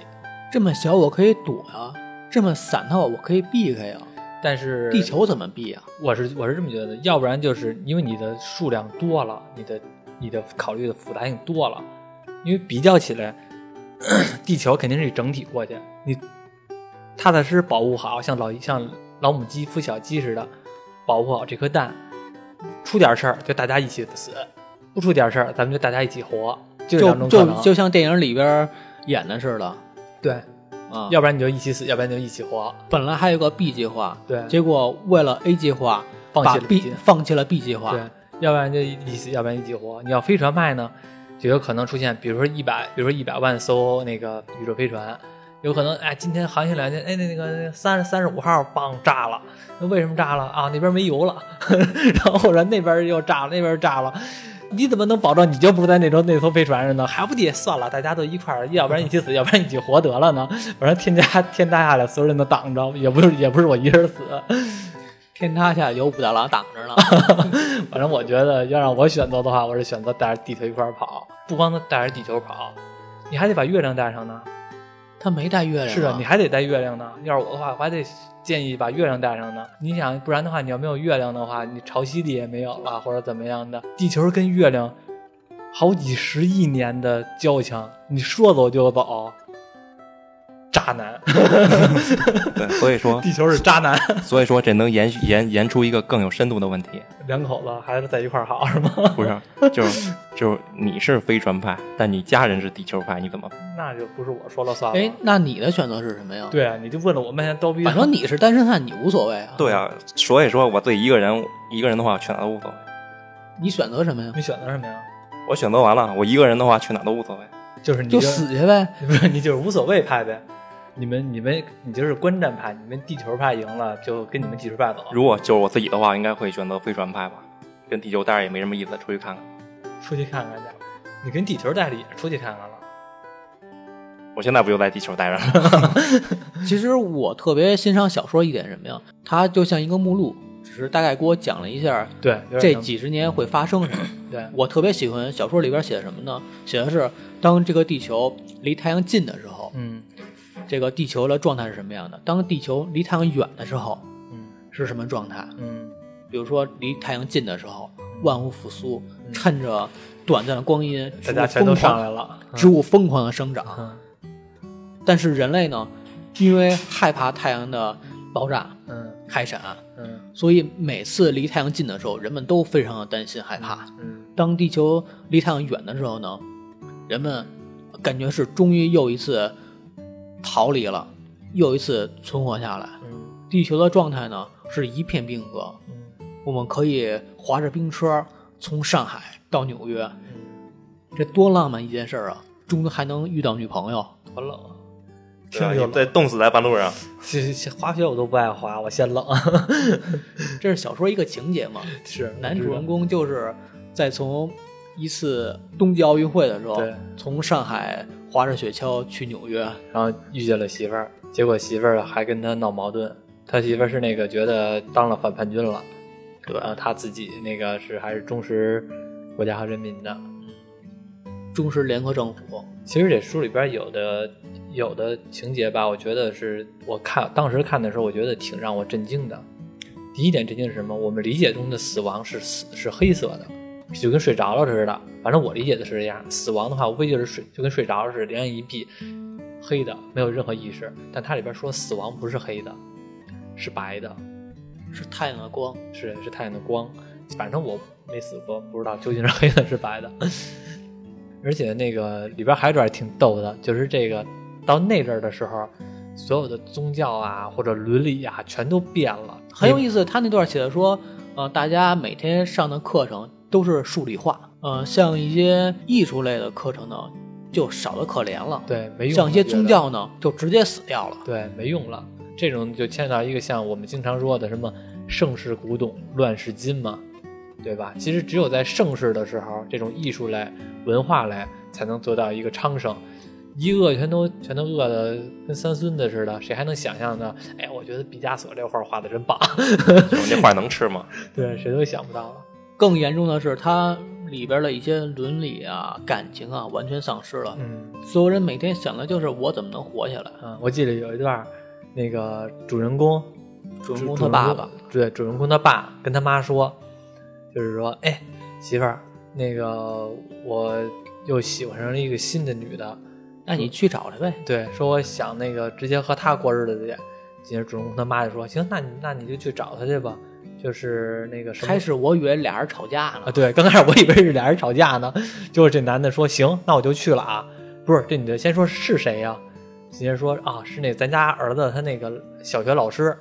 S3: 这么小我可以躲呀、这么散的话我可以避开呀、啊
S1: 但是
S3: 地球怎么避啊呀、
S1: 我是我是这么觉得，要不然就是因为你的数量多了，你的你的考虑的复杂性多了，因为比较起来， *clears throat* 地球肯定是一整体过去，你踏踏实实保护好，像老像老母鸡孵小鸡似的，保护好这颗蛋，出点事儿就大家一起死，不出点事儿咱们就大家一起活，就这两种可
S3: 就就
S1: 能。
S3: 就像电影里边演的似的
S1: 对，
S3: 啊，
S1: 要不然你就一起死，要不然就一起活，
S3: 本来还有个 B 计划，
S1: 对
S3: 结果为了 A 计划，
S1: 放弃
S3: 把
S1: 了 B 计
S3: B
S1: 划
S3: 放弃了 B 计划，
S1: 对，要不然就一起，要不然一起活。你要飞船派呢，就有可能出现，比如说一百，比如说一百万艘那个宇宙飞船，有可能哎，今天航行两天，哎，那那个三三十五号棒炸了，那为什么炸了啊？那边没油了， *laughs* 然后或者那边又炸了，那边炸了。你怎么能保证你就不在那艘那艘飞船上呢？还不得算了，大家都一块儿，要不然一起死，要不然一起活得了呢？反正天加天塌下来，所有人都挡着，也不是也不是我一人死。
S3: 天塌下有武大郎挡着呢。
S1: *laughs* 反正我觉得要让我选择的话，我是选择带着地球一块儿跑，不光带着地球跑，你还得把月亮带上呢。
S3: 他没带月亮、
S1: 是啊，你还得带月亮呢。要是我的话，我还得建议把月亮带上呢。你想，不然的话，你要没有月亮的话，你潮汐力也没有了，或者怎么样的。地球跟月亮好几十亿年的交情，你说走就走，渣男， *laughs*
S2: 对，所以说，
S1: 地球是渣男，
S2: 所以说这能延续延延出一个更有深度的问题，
S1: 两口子还是在一块儿好是吗？ *laughs*
S2: 不是？ *laughs* 就是就是你是飞船派，但你家人是地球派，你怎么？
S1: 那就不是我说了算了。
S3: 哎，那你的选择是什么呀？，
S1: 对啊，你就问了我半天叨逼，
S3: 反正你是单身汉，你无所谓啊。
S2: 对，啊，所以说我自己一个人一个人的话去哪都无所谓，
S3: 你选择什么呀
S1: 你？选择什么呀？
S2: 我选择完了，我一个人的话去哪都无所谓。
S1: 就是你
S3: 就死去呗。
S1: 不是你就是无所谓派呗。你们你们你就是观战派，你们地球派赢了就跟你们地球派走，
S2: 如果就是我自己的话，应该会选择飞船派吧，跟地球待着也没什么意思，出去看看。
S1: 出去看看去。你跟地球带着也出去看看了，
S2: 我现在不就在地球待着了？
S3: 其实我特别欣赏小说一点是什么呀？它就像一个目录，只是大概给我讲了一下
S1: 对，有
S3: 这
S1: 点像嗯
S3: 几十年会发生什么。
S1: 对，
S3: 我特别喜欢小说里边写的什么呢？写的是当这个地球离太阳近的时候，
S1: 嗯
S3: 这个地球的状态是什么样的？当地球离太阳远的时候
S1: 嗯
S3: 是什么状态？
S1: 嗯
S3: 比如说离太阳近的时候，万物复苏，趁着短暂的光阴，
S1: 嗯大
S3: 植
S1: 家全
S3: 物
S1: 都
S3: 疯
S1: 上
S3: 狂，嗯
S1: 来了，
S3: 植物疯狂的生长。
S1: 嗯
S3: 但是人类呢，因为害怕太阳的爆炸、
S1: 嗯
S3: 开闪，啊
S1: 嗯
S3: 所以每次离太阳近的时候，人们都非常的担心害怕。
S1: 嗯
S3: 当地球离太阳远的时候呢，人们感觉是终于又一次逃离了，又一次存活下来。
S1: 嗯
S3: 地球的状态呢是一片冰河，
S1: 嗯
S3: 我们可以划着冰车从上海到纽约，这多浪漫一件事儿啊！终于还能遇到女朋友， *laughs*
S1: 嗯，好冷啊，听
S2: 对
S1: 着就
S2: 啊，在
S1: 冷。
S2: 冻死在半路上。
S1: 其实滑雪我都不爱滑，我嫌冷。
S3: 这是小说一个情节嘛？
S1: 是
S3: 男主人公就是在从一次冬季奥运会的时候
S1: 对，
S3: 从上海划着雪橇去纽约，
S1: 然后遇见了媳妇儿，结果媳妇儿还跟他闹矛盾，他媳妇儿是那个觉得当了反叛军了，
S3: 对
S1: 然后他自己那个是还是忠实国家和人民的。
S3: 忠实联合政府，
S1: 其实这书里边有的有的情节吧，我觉得是我看当时看的时候，我觉得挺让我震惊的。第一点震惊是什么？我们理解中的死亡是死是黑色的，就跟睡着了似的。反正我理解的是这样，死亡的话无非就是睡就跟睡着了似的，两眼一闭，黑的，没有任何意识。但它里边说死亡不是黑的，是白的，
S3: 是太阳的光。
S1: 是是太阳的光，反正我没死过，不知道究竟是黑的是白的。 *laughs* 而且那个里边还有一段挺逗的，就是这个到那阵儿的时候，所有的宗教啊或者伦理啊全都变了，
S3: 很有意思。他那段写的说，呃，大家每天上的课程都是数理化，呃，像一些艺术类的课程呢，就少的可怜了；
S1: 对没用了。
S3: 像一些
S1: 觉得
S3: 宗教呢，就直接死掉了。
S1: 对没用了，这种就牵扯到一个像我们经常说的什么盛世古董，乱世金嘛，对吧？其实只有在盛世的时候，这种艺术类、文化类才能得到一个昌盛。一饿全都全都饿的跟三孙子似的，谁还能想象呢？哎，我觉得毕加索这画画的真棒， *laughs*
S2: 我那画能吃吗？
S1: 对，谁都想不到了。
S3: 更严重的是，它里边的一些伦理啊、感情啊，完全丧失了。
S1: 嗯，
S3: 所有人每天想的就是我怎么能活下来。
S1: 啊，我记得有一段儿，那个主人公，
S3: 主人
S1: 主
S3: 公
S1: 主
S3: 他爸爸，
S1: 对，主人公他爸跟他妈说，就是说，哎，媳妇儿，那个我又喜欢上了一个新的女的，
S3: 那你去找他呗。
S1: 对，说我想那个直接和她过日子去。接着主人公他妈就说，行，那你那你就去找她去吧，就是那个什么
S3: 开始我以为俩人吵架呢，
S1: 啊，对，刚开始我以为是俩人吵架呢，就是这男的说行，那我就去了啊，不是这女的先说是谁呀、直接说啊是那咱家儿子他那个小学老师，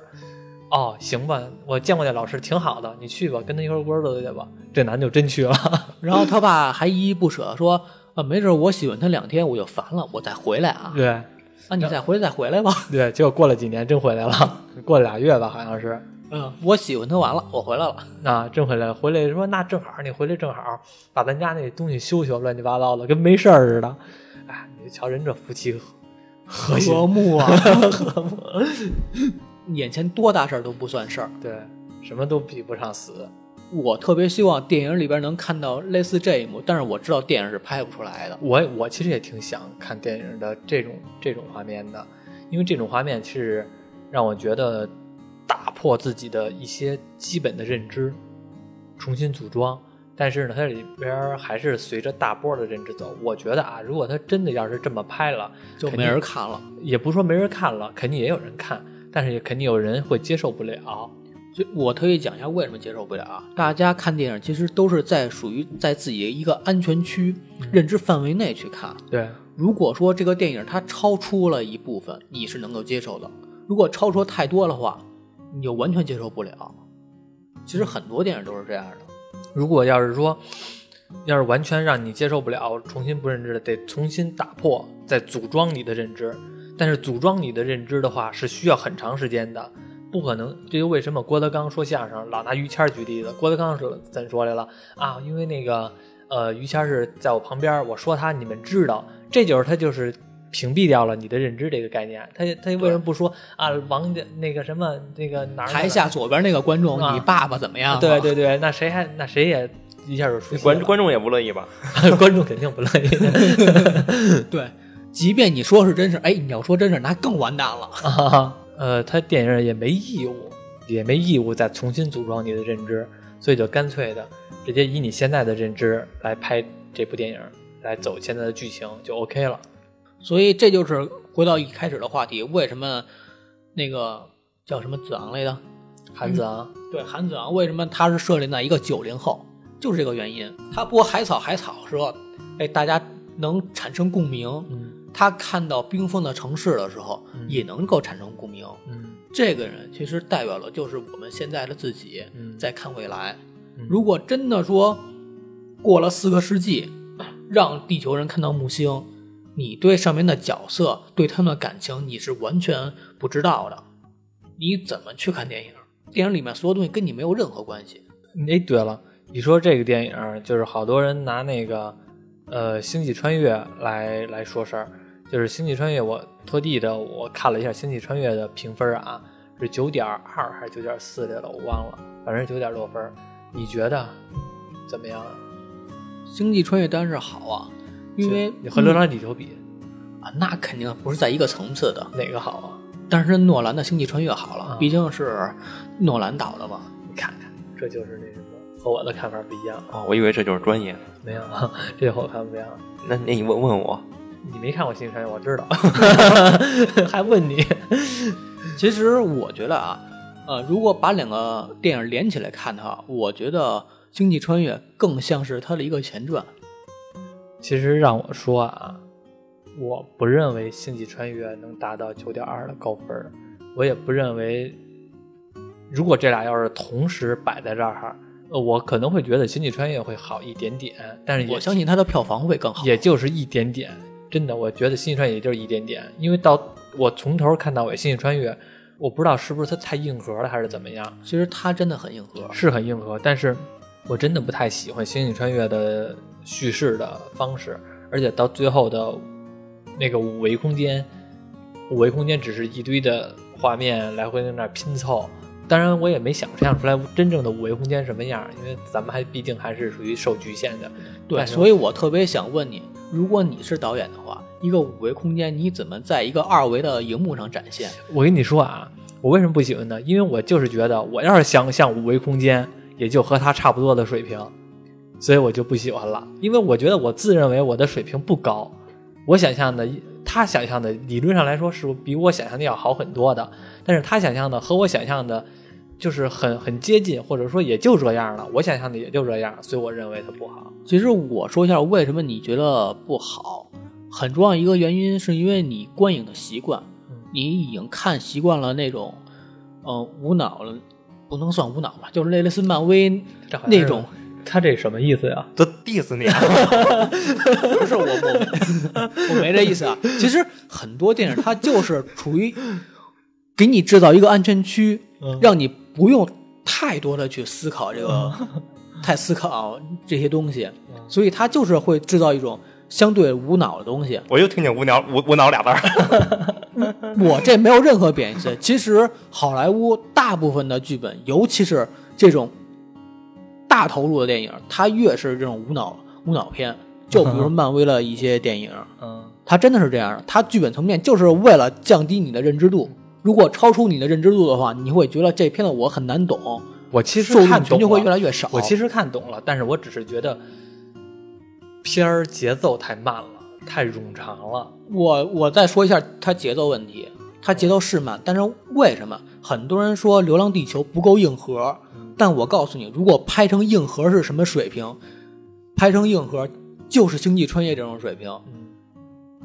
S1: 哦行吧，我见过那老师挺好的，你去吧，跟他一块儿过日子去吧。这男的就真去了，
S3: 然后他爸还依依不舍说。啊，没准我喜欢他两天我就烦了，我再回来啊。
S1: 对
S3: 啊，你再回来再回来吧。
S1: *laughs* 对，结果过了几年真回来了，过了俩月吧好像是，
S3: 嗯， *laughs* 我喜欢他完了，我回来了。
S1: 啊，正回来，回来说那正好，你回来正好，把咱家那东西修修，乱七八糟的，跟没事儿似的。哎，你就瞧人这夫妻和和谐，
S3: 睦啊，和睦。 *laughs* 眼前多大事儿都不算事儿。
S1: 对，什么都比不上死。
S3: 我特别希望电影里边能看到类似这一幕，但是我知道电影是拍不出来的。
S1: 我我其实也挺想看电影的这种这种画面的，因为这种画面是让我觉得打破自己的一些基本的认知，重新组装。但是呢，它里边儿还是随着大波儿的认知走。我觉得啊，如果它真的要是这么拍了，
S3: 就没人看了。
S1: 也不是说没人看了，肯定也有人看，但是也肯定有人会接受不了。
S3: 就我特意讲一下为什么接受不了啊！大家看电影其实都是在属于在自己的一个安全区、认知范围内去看。
S1: 对，
S3: 如果说这个电影它超出了一部分，你是能够接受的；如果超出太多的话，你就完全接受不了。其实很多电影都是这样的，
S1: 如果要是说，要是完全让你接受不了，重新不认知了，得重新打破，再组装你的认知。但是组装你的认知的话，是需要很长时间的，不可能。这就为什么郭德纲说相声老拿于谦儿举例子。郭德纲是怎说来了啊？因为那个呃，于谦儿是在我旁边儿，我说他，你们知道，这就是他就是。屏蔽掉了你的认知这个概念，他他为什么不说啊？王家那个什么那个哪儿哪儿
S3: 台下左边那个观众，
S1: 啊
S3: 你爸爸怎么样、啊
S1: 对，对对，那谁还那谁也一下就出
S2: 观观众也不乐意吧？
S1: *laughs* 观众肯定不乐意 *laughs*
S3: 对，即便你说是真事，哎，你要说真事，那更完蛋了。
S1: 啊。呃，他电影也没义务，也没义务再重新组装你的认知，所以就干脆的直接以你现在的认知来拍这部电影，来走现在的剧情就 OK 了。
S3: 所以这就是回到一开始的话题，为什么那个叫什么子昂来着？
S1: 韩子啊昂，
S3: 对，韩子昂为什么他是设定在一个九零后，就是这个原因。他播《海草海草》时候，哎，大家能产生共鸣。
S1: 嗯
S3: 他看到冰封的城市的时候，
S1: 嗯
S3: 也能够产生共鸣。
S1: 嗯
S3: 这个人其实代表了就是我们现在的自己
S1: 嗯
S3: 在看未来。
S1: 嗯
S3: 如果真的说过了四个世纪，让地球人看到木星，你对上面的角色、对他们的感情，你是完全不知道的。你怎么去看电影？电影里面所有东西跟你没有任何关系。
S1: 哎，对了，你说这个电影就是好多人拿那个呃《星际穿越来》来说事儿，就是《星际穿越》，我特地的我看了一下《星际穿越》的评分啊，是九点二还是九点四来了，我忘了，反正九点多分儿。你觉得怎么样啊？
S3: 星际穿越当然是好啊，因为
S1: 你和《流浪地球》比，
S3: 啊，那肯定不是在一个层次的。
S1: 哪个好啊？
S3: 但是诺兰的《星际穿越》好了
S1: 啊，
S3: 毕竟是诺兰导的嘛。
S1: 你看看，这就是那什么，和我的看法不一样。啊
S2: 哦，我以为这就是专业。
S1: 没有，啊 *laughs* 这和我看法不一样。啊
S2: 那那你问问我，
S1: 你没看过《星际穿越》，我知道， *laughs* 还问你？嗯
S3: 其实我觉得啊，呃，如果把两个电影连起来看的话，我觉得《星际穿越》更像是它的一个前传。
S1: 其实让我说啊，我不认为《星际穿越》能达到九点二的高分儿，我也不认为，如果这俩要是同时摆在这儿，呃我可能会觉得《星际穿越》会好一点点，但是也
S3: 我相信它的票房会更好。
S1: 也就是一点点，真的，我觉得《星际穿越》也就是一点点，因为到我从头看到尾，《星际穿越》我不知道是不是它太硬核了，还是怎么样，
S3: 其实它真的很硬核。
S1: 是很硬核，但是我真的不太喜欢《星际穿越》的叙事的方式，而且到最后的那个五维空间，五维空间只是一堆的画面来回在那儿拼凑。当然，我也没想象出来真正的五维空间什么样，因为咱们还毕竟还是属于受局限的。
S3: 对，
S1: 但是
S3: 所以我特别想问你，如果你是导演的话，一个五维空间你怎么在一个二维的荧幕上展现？
S1: 我跟你说啊，我为什么不喜欢呢？因为我就是觉得，我要是想像五维空间，也就和它差不多的水平，所以我就不喜欢了。因为我觉得我自认为我的水平不高，我想象的，他想象的理论上来说是比我想象的要好很多的，但是他想象的和我想象的，就是很很接近，或者说也就这样了。我想象的也就这样，所以我认为它不好。
S3: 其实我说一下为什么你觉得不好，很重要一个原因是因为你观影的习惯
S1: 嗯，
S3: 你已经看习惯了那种，呃，无脑了，不能算无脑吧，就是类似漫威
S1: 这好像是
S3: 那种，
S1: 他这什么意思呀、
S2: 都 diss 你啊！ *laughs*
S3: 不是我我我没这意思啊。其实很多电影它就是处于给你制造一个安全区，
S1: 嗯
S3: 让你不用太多的去思考这个，太思考这些东西，所以它就是会制造一种相对无脑的东西。
S2: 我又听见无脑无无脑俩字儿。
S3: 我这没有任何贬义词。其实好莱坞大部分的剧本，尤其是这种大投入的电影，它越是这种无脑无脑片，就比如说漫威的一些电影，
S1: 嗯，
S3: 它真的是这样的。它剧本层面就是为了降低你的认知度。如果超出你的认知度的话，你会觉得这片子我很难懂，
S1: 我其实
S3: 受
S1: 看懂
S3: 众群就会
S1: 了
S3: 越来越少。
S1: 我其实看懂了，但是我只是觉得片儿节奏太慢了，太冗长了。
S3: 我我再说一下它节奏问题，它节奏是慢，但是为什么很多人说《流浪地球》不够硬核？但我告诉你，如果拍成硬核是什么水平，拍成硬核就是《星际穿越》这种水平。
S1: 嗯，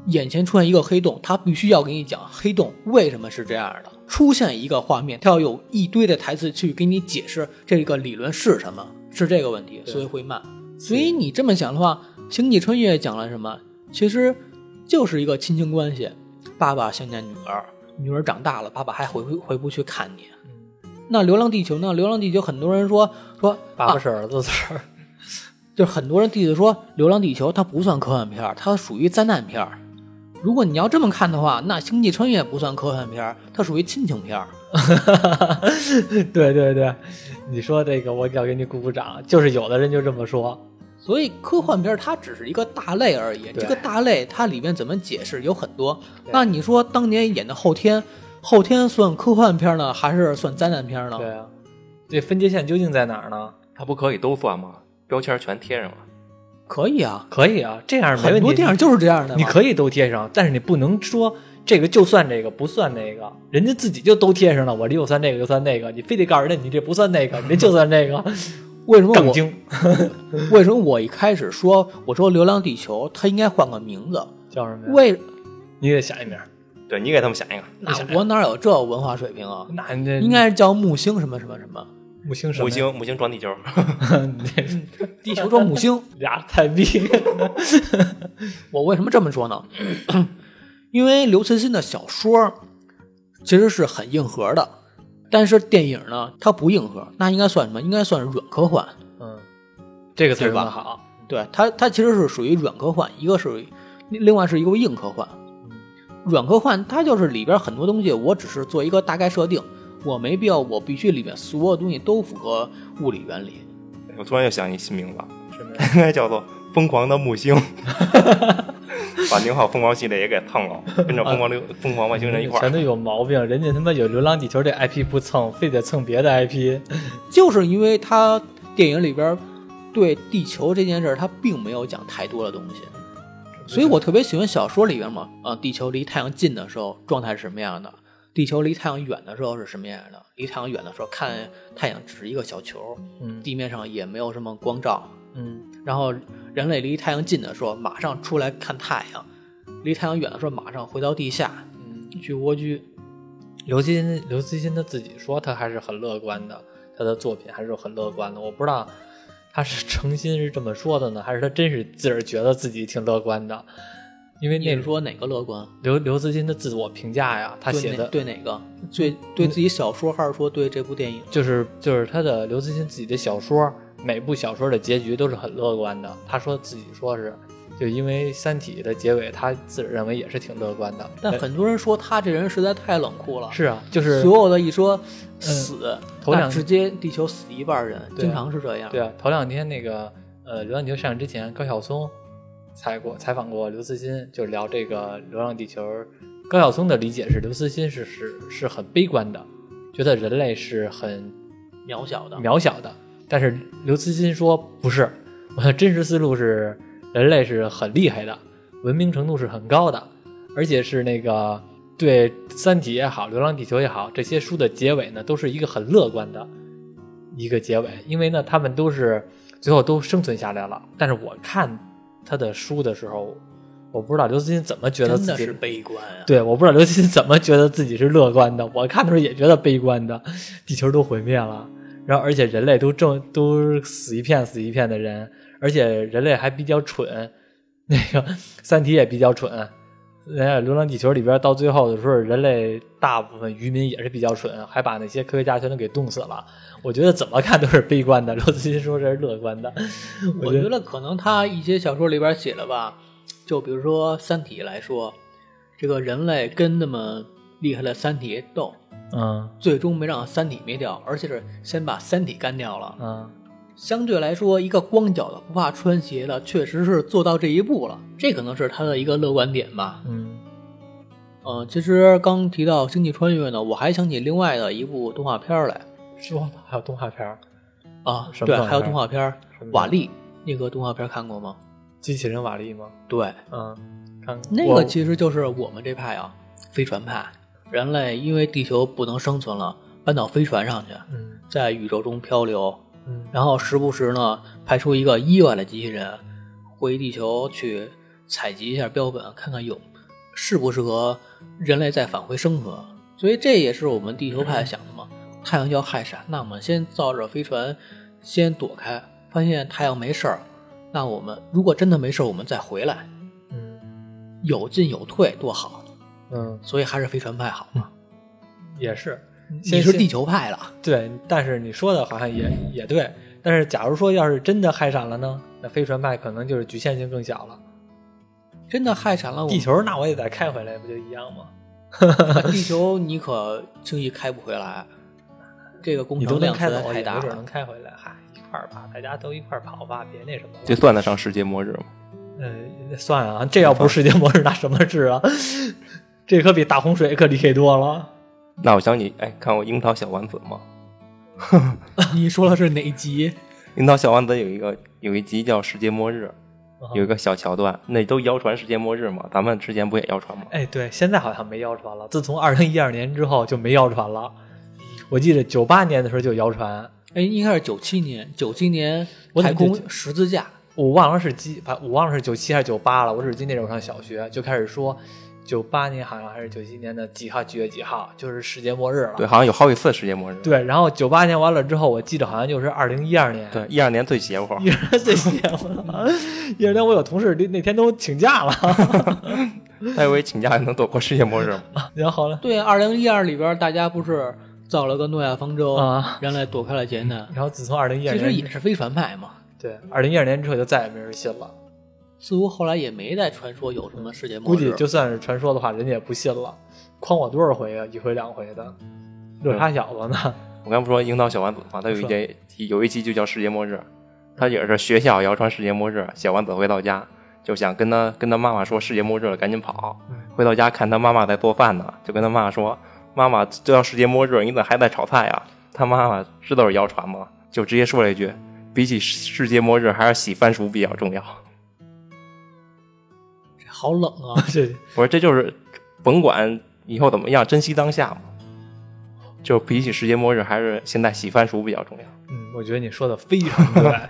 S3: 眼前出现一个黑洞，它必须要给你讲黑洞为什么是这样的，出现一个画面，它要有一堆的台词去给你解释这个理论是什么，是这个问题，
S1: 对
S3: 所以会慢。所以你这么想的话，《星际穿越》讲了什么？其实就是一个亲情关系，爸爸想念女儿，女儿长大了，爸爸还回不回不去看你。
S1: 嗯
S3: 那《流浪地球》呢？《流浪地球》很多人说说
S1: 爸
S3: 啊
S1: 爸是儿子词儿， *laughs*
S3: 就是很多人弟弟说《流浪地球》它不算科幻片儿，它属于灾难片儿。如果你要这么看的话，那《星际穿越》不算科幻片儿，它属于亲情片儿。
S1: 对对对，你说这个我要给你鼓鼓掌，就是有的人就这么说，
S3: 所以科幻片儿它只是一个大类而已。
S1: 对
S3: 这个大类它里面怎么解释有很多。
S1: 对
S3: 那你说当年演的《后天》，《后天》算科幻片儿呢，还是算灾难片儿呢？
S1: 对啊，这分界线究竟在哪儿呢？
S2: *laughs* 他不可以都算吗？标签全贴上了。
S3: 可以啊，
S1: 可以啊，这样没
S3: 很
S1: 问
S3: 多
S1: 题。
S3: 电影就是这样的嘛。
S1: 你可以都贴上，但是你不能说这个就算这个不算那个，人家自己就都贴上了，我这又算这个又算那个，你非得告诉人家你这不算那个，你这就算这个，
S3: 为什么
S1: *laughs* 杠
S3: 我
S1: 精
S3: 为什么我一开始说我说《流浪地球》它应该换个名字？
S1: 叫什么呀？
S3: 为
S1: 你得想一名儿，
S2: 对你给他们想一个，
S3: 那我哪有这文化水平啊？
S1: 那那
S3: 应该是叫木星什么什么什么，
S1: 木星什么
S2: 木
S1: 呀
S2: 星木星撞地球，
S3: 地球撞木星。
S1: *laughs* 俩菜逼，
S3: 我为什么这么说呢？ *clears throat* 因为刘慈欣的小说其实是很硬核的，但是电影呢，它不硬核，那应该算什么？应该算是软科幻。
S1: *laughs* 嗯，这个词儿
S3: 对吧
S1: 用得好，
S3: 对它，它其实是属于软科幻，一个是另外是一个硬
S1: 嗯
S3: 科幻。软科幻它就是里边很多东西，我只是做一个大概设定，我没必要，我必须里面所有东西都符合物理原理。
S2: *laughs* 我突然又想起新名字了，
S1: 是没有
S2: 应该叫做《疯狂的木 *laughs* 星》，把宁浩疯狂系列也给蹭了，跟着疯狂流疯狂外星人一块
S1: 全
S2: 儿。
S1: 都有毛病，人家他妈有《流浪地球》这 IP 不蹭，非得蹭别的 IP。
S3: 就是因为他电影里边对地球这件事儿，他并没有讲太多的东西，所以我特别喜欢小说里边嘛，啊，地球离太阳近的时候状态是什么样的，地球离太阳远的时候是什么样的，离太阳远的时候看太阳只是一个小球，
S1: 嗯
S3: 地面上也没有什么光照，
S1: 嗯，
S3: 然后人类离太阳近的时候马上出来看太阳，离太阳远的时候马上回到地下去蜗居，
S1: 刘慈欣刘慈欣他自己说他还是很乐观的，他的作品还是很乐观的。我不知道他是诚心是这么说的呢，还是他真是自个儿觉得自己挺乐观的。因为
S3: 你
S1: 那
S3: 是说哪个乐观？
S1: 刘刘慈欣的自我评价呀，他
S3: 对
S1: 写
S3: 哪
S1: 的
S3: 对哪个？对对自己小说，还是说对这部电影？
S1: 就是就是他的刘慈欣自己的小说，每部小说的结局都是很乐观的。他说自己说是，就因为《三体》的结尾，他自个儿认为也是挺乐观的。呃
S3: 但很多人说他这人实在太冷酷了，
S1: 哎是啊，就是嗯
S3: 所有的一说死，
S1: 头
S3: 那
S1: 两
S3: 直接地球死一半人，
S1: 对啊
S3: 经常是这样。
S1: 对啊，头两天那个呃，《流浪地球》上映之前，高晓松采过采访过刘慈欣，就聊这个《流浪地球》。高晓松的理解是，刘慈欣是是是很悲观的，觉得人类是很
S3: 渺小的，
S1: 渺小的。但是刘慈欣说不是，我的真实思路是人类是很厉害的，文明程度是很高的，而且是那个对《三体》也好，《流浪地球》也好，这些书的结尾呢，都是一个很乐观的一个结尾，因为呢，他们都是最后都生存下来了。但是我看他的书的时候，我不知道刘慈欣怎么觉得
S3: 真
S1: 自
S3: 的
S1: 己
S3: 是悲观啊。
S1: 对，我不知道刘慈欣怎么觉得自己是乐观的，我看的时候也觉得悲观的，地球都毁灭了，然后而且人类都正都死一片死一片的人，而且人类还比较蠢，那个《三体》也比较蠢，人家《流浪地球》里边到最后的时候，人类大部分渔民也是比较蠢，还把那些科学家全都给冻死了。我觉得怎么看都是悲观的，刘慈欣说这是乐观的， *laughs*
S3: 我觉得可能他一些小说里边写了吧，就比如说《三体》来说，这个人类跟那么厉害的三体斗，
S1: 嗯
S3: 最终没让三体灭掉，而且是先把三体干掉了。
S1: 嗯，
S3: 相对来说，一个光脚的不怕穿鞋的，确实是做到这一步了。这可能是他的一个乐观点吧。
S1: 嗯
S3: 嗯、其实刚提到星际穿越呢，我还想起另外的一部动画片儿来
S1: 说还有动画片儿
S3: 啊，
S1: 什么
S3: 对，
S1: 动画片儿
S3: 还有动画片儿
S1: 什么
S3: 《瓦力》那个动画片儿看过吗？
S1: 机器人瓦力吗？
S3: 对，
S1: 嗯，看
S3: 那
S1: 我
S3: 个其实就是我们这派啊，飞船派。人类因为地球不能生存了，搬到飞船上去，
S1: 嗯
S3: 在宇宙中漂流，
S1: 嗯
S3: 然后时不时呢派出一个意外的机器人回地球去采集一下标本，看看有适不适合人类再返回生活。所以这也是我们地球派想的嘛。太阳要害闪，那我们先造着飞船先躲开，发现太阳没事儿，那我们如果真的没事儿，我们再回来，
S1: 嗯
S3: 有进有退多好。
S1: 嗯，
S3: 所以还是飞船派好嘛。
S1: 也是。
S3: 嗯你是地球派了，
S1: 对，但是你说的好像也也对。但是假如说要是真的害闪了呢？那飞船派可能就是局限性更小了。
S3: 真的害闪了我们
S1: 地球那我也得开回来，不就一样吗？ *laughs*
S3: 地球你可轻易开不回来，这个工
S1: 你都
S3: 程
S1: 能
S3: 量
S1: 开
S3: 实
S1: 走
S3: 在，太
S1: 也
S3: 大
S1: 没准能
S3: 了。
S1: 开回来。嗨，一块儿吧，大家都一块儿跑吧，别那什么
S2: 这
S1: 了。
S2: 算得上世界末日吗？
S1: 呃，算啊，这要不是世界 *laughs* 末日，那什么是啊？ *laughs* 这可比大洪水可厉害多了。
S2: 那我想起，哎，看过《樱桃小丸子》吗？
S3: *laughs* 你说的是哪集？
S2: 《樱桃小丸子》有一个有一集叫《世界末日》，
S1: 嗯
S2: 有一个小桥段，那都谣传世界末日嘛，咱们之前不也谣传吗？
S1: 哎，对，现在好像没谣传了。自从二零一二年之后就没谣传了。我记得九八年的时候就谣传，
S3: 哎，应该是九七年，九七年
S1: 我怎
S3: 太
S1: 么就
S3: 空十字架，
S1: 我忘了是几，反我忘了是九七还是九八了。我只记得那时候上小学就开始说，九八年好像还是九七年的几号几月几号，就是世界末日了。
S2: 对，好像有好几次世界末日。
S1: 对然后九八年完了之后，我记得好像就是二零一二年。
S2: 对，
S1: *laughs*
S2: 一二年最邪乎，
S1: 一人最邪乎了，一人我有同事那那天都请假了， *laughs*
S2: 他以为请假能躲过世界末日吗？ *laughs*
S1: 然后呢，
S3: 对，啊二零一二里边大家不是造了个诺亚方舟，
S1: 啊
S3: 人类躲开了劫难，
S1: 然后自从二零一二
S3: 其实
S1: 年
S3: 也是飞船派嘛。
S1: 对二零一二年之后就再也没人信了，
S3: 似乎后来也没再传说有什么世界末
S1: 估
S3: 日，
S1: 计就算是传说的话，人家也不信了。诓我多少回啊？一回两回的。热茶小子呢？ *laughs*
S2: 我刚不说《樱桃小丸子》吗？它有一节有一期就叫《世界末日》，它也是学校谣传世界末日，小丸子回到家就想跟他跟他妈妈说世界末日了，赶紧跑。回到家看他妈妈在做饭呢，就跟他妈妈说：“妈妈，就要世界末日，你怎么还在炒菜啊？”他妈妈知道是谣传吗？就直接说了一句：“比起世界末日，还是洗番薯比较重要。
S3: 这好冷啊！
S1: *laughs* 这”
S2: 我说这就是甭管以后怎么样，珍惜当下嘛。就比起世界末日，还是现在洗番薯比较
S3: *laughs*
S2: 重要。
S1: 嗯，我觉得你说的非常对。 *laughs*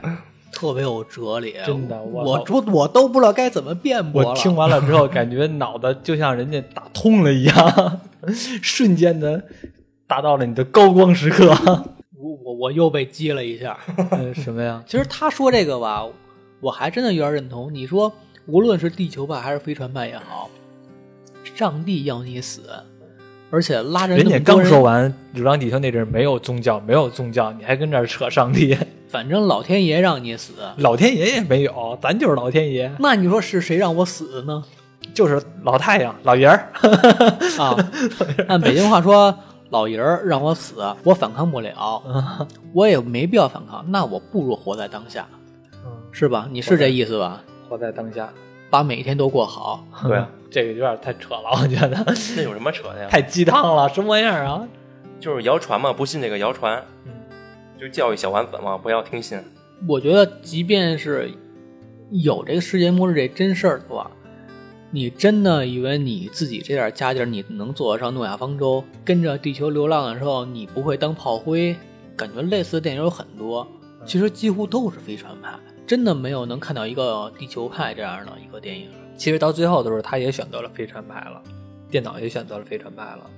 S3: 特别有哲理，
S1: 真的我
S3: 我我我都不知道该怎么辩驳了。
S1: 我听完了之后，感觉脑袋就像人家打通了一样， *laughs* 瞬间的达到了你的高光时刻。
S3: 我我我又被激了一下。
S1: *laughs* 嗯什么呀？
S3: 其实他说这个吧，我还真的有点认同。你说，无论是地球派还是飞船派也好，上帝要你死，而且拉
S1: *laughs*
S3: 着
S1: 人家
S3: 那么多
S1: 刚
S3: 人
S1: 说完《流浪地球》那阵儿没有宗教，没有宗教，你还跟这儿扯上帝， *laughs*
S3: 反正老天爷让你死，
S1: 老天爷也没有，咱就是老天爷，
S3: 那你说是谁让我死的呢？
S1: 就是老太阳、老爷儿。 *laughs*
S3: 啊，按北京话说，老爷儿让我死，我反抗不了，我也没必要反抗，那我不如活在当下，
S1: 嗯，
S3: 是吧？你是这意思吧？
S1: 活在当下。
S3: 把每一天都过好，
S2: 对啊，
S1: 这个有点太扯了，我觉得
S2: 那有什么扯的呀？
S1: 太鸡汤了，什么样啊？
S2: 就是谣传嘛，不信这个谣传，
S1: 嗯
S2: 就教育小丸子嘛，不要听信。
S3: 我觉得，即便是有这个世界末日这真事儿的话，你真的以为你自己这点家底儿，你能坐得上诺亚方舟，跟着地球流浪的时候，你不会当炮灰？感觉类似的电影有很多，
S1: 嗯
S3: 其实几乎都是飞船派，真的没有能看到一个地球派这样的一个电影。
S1: 其实到最后的时候，他也选择了飞船派了，电脑也选择了飞船派了，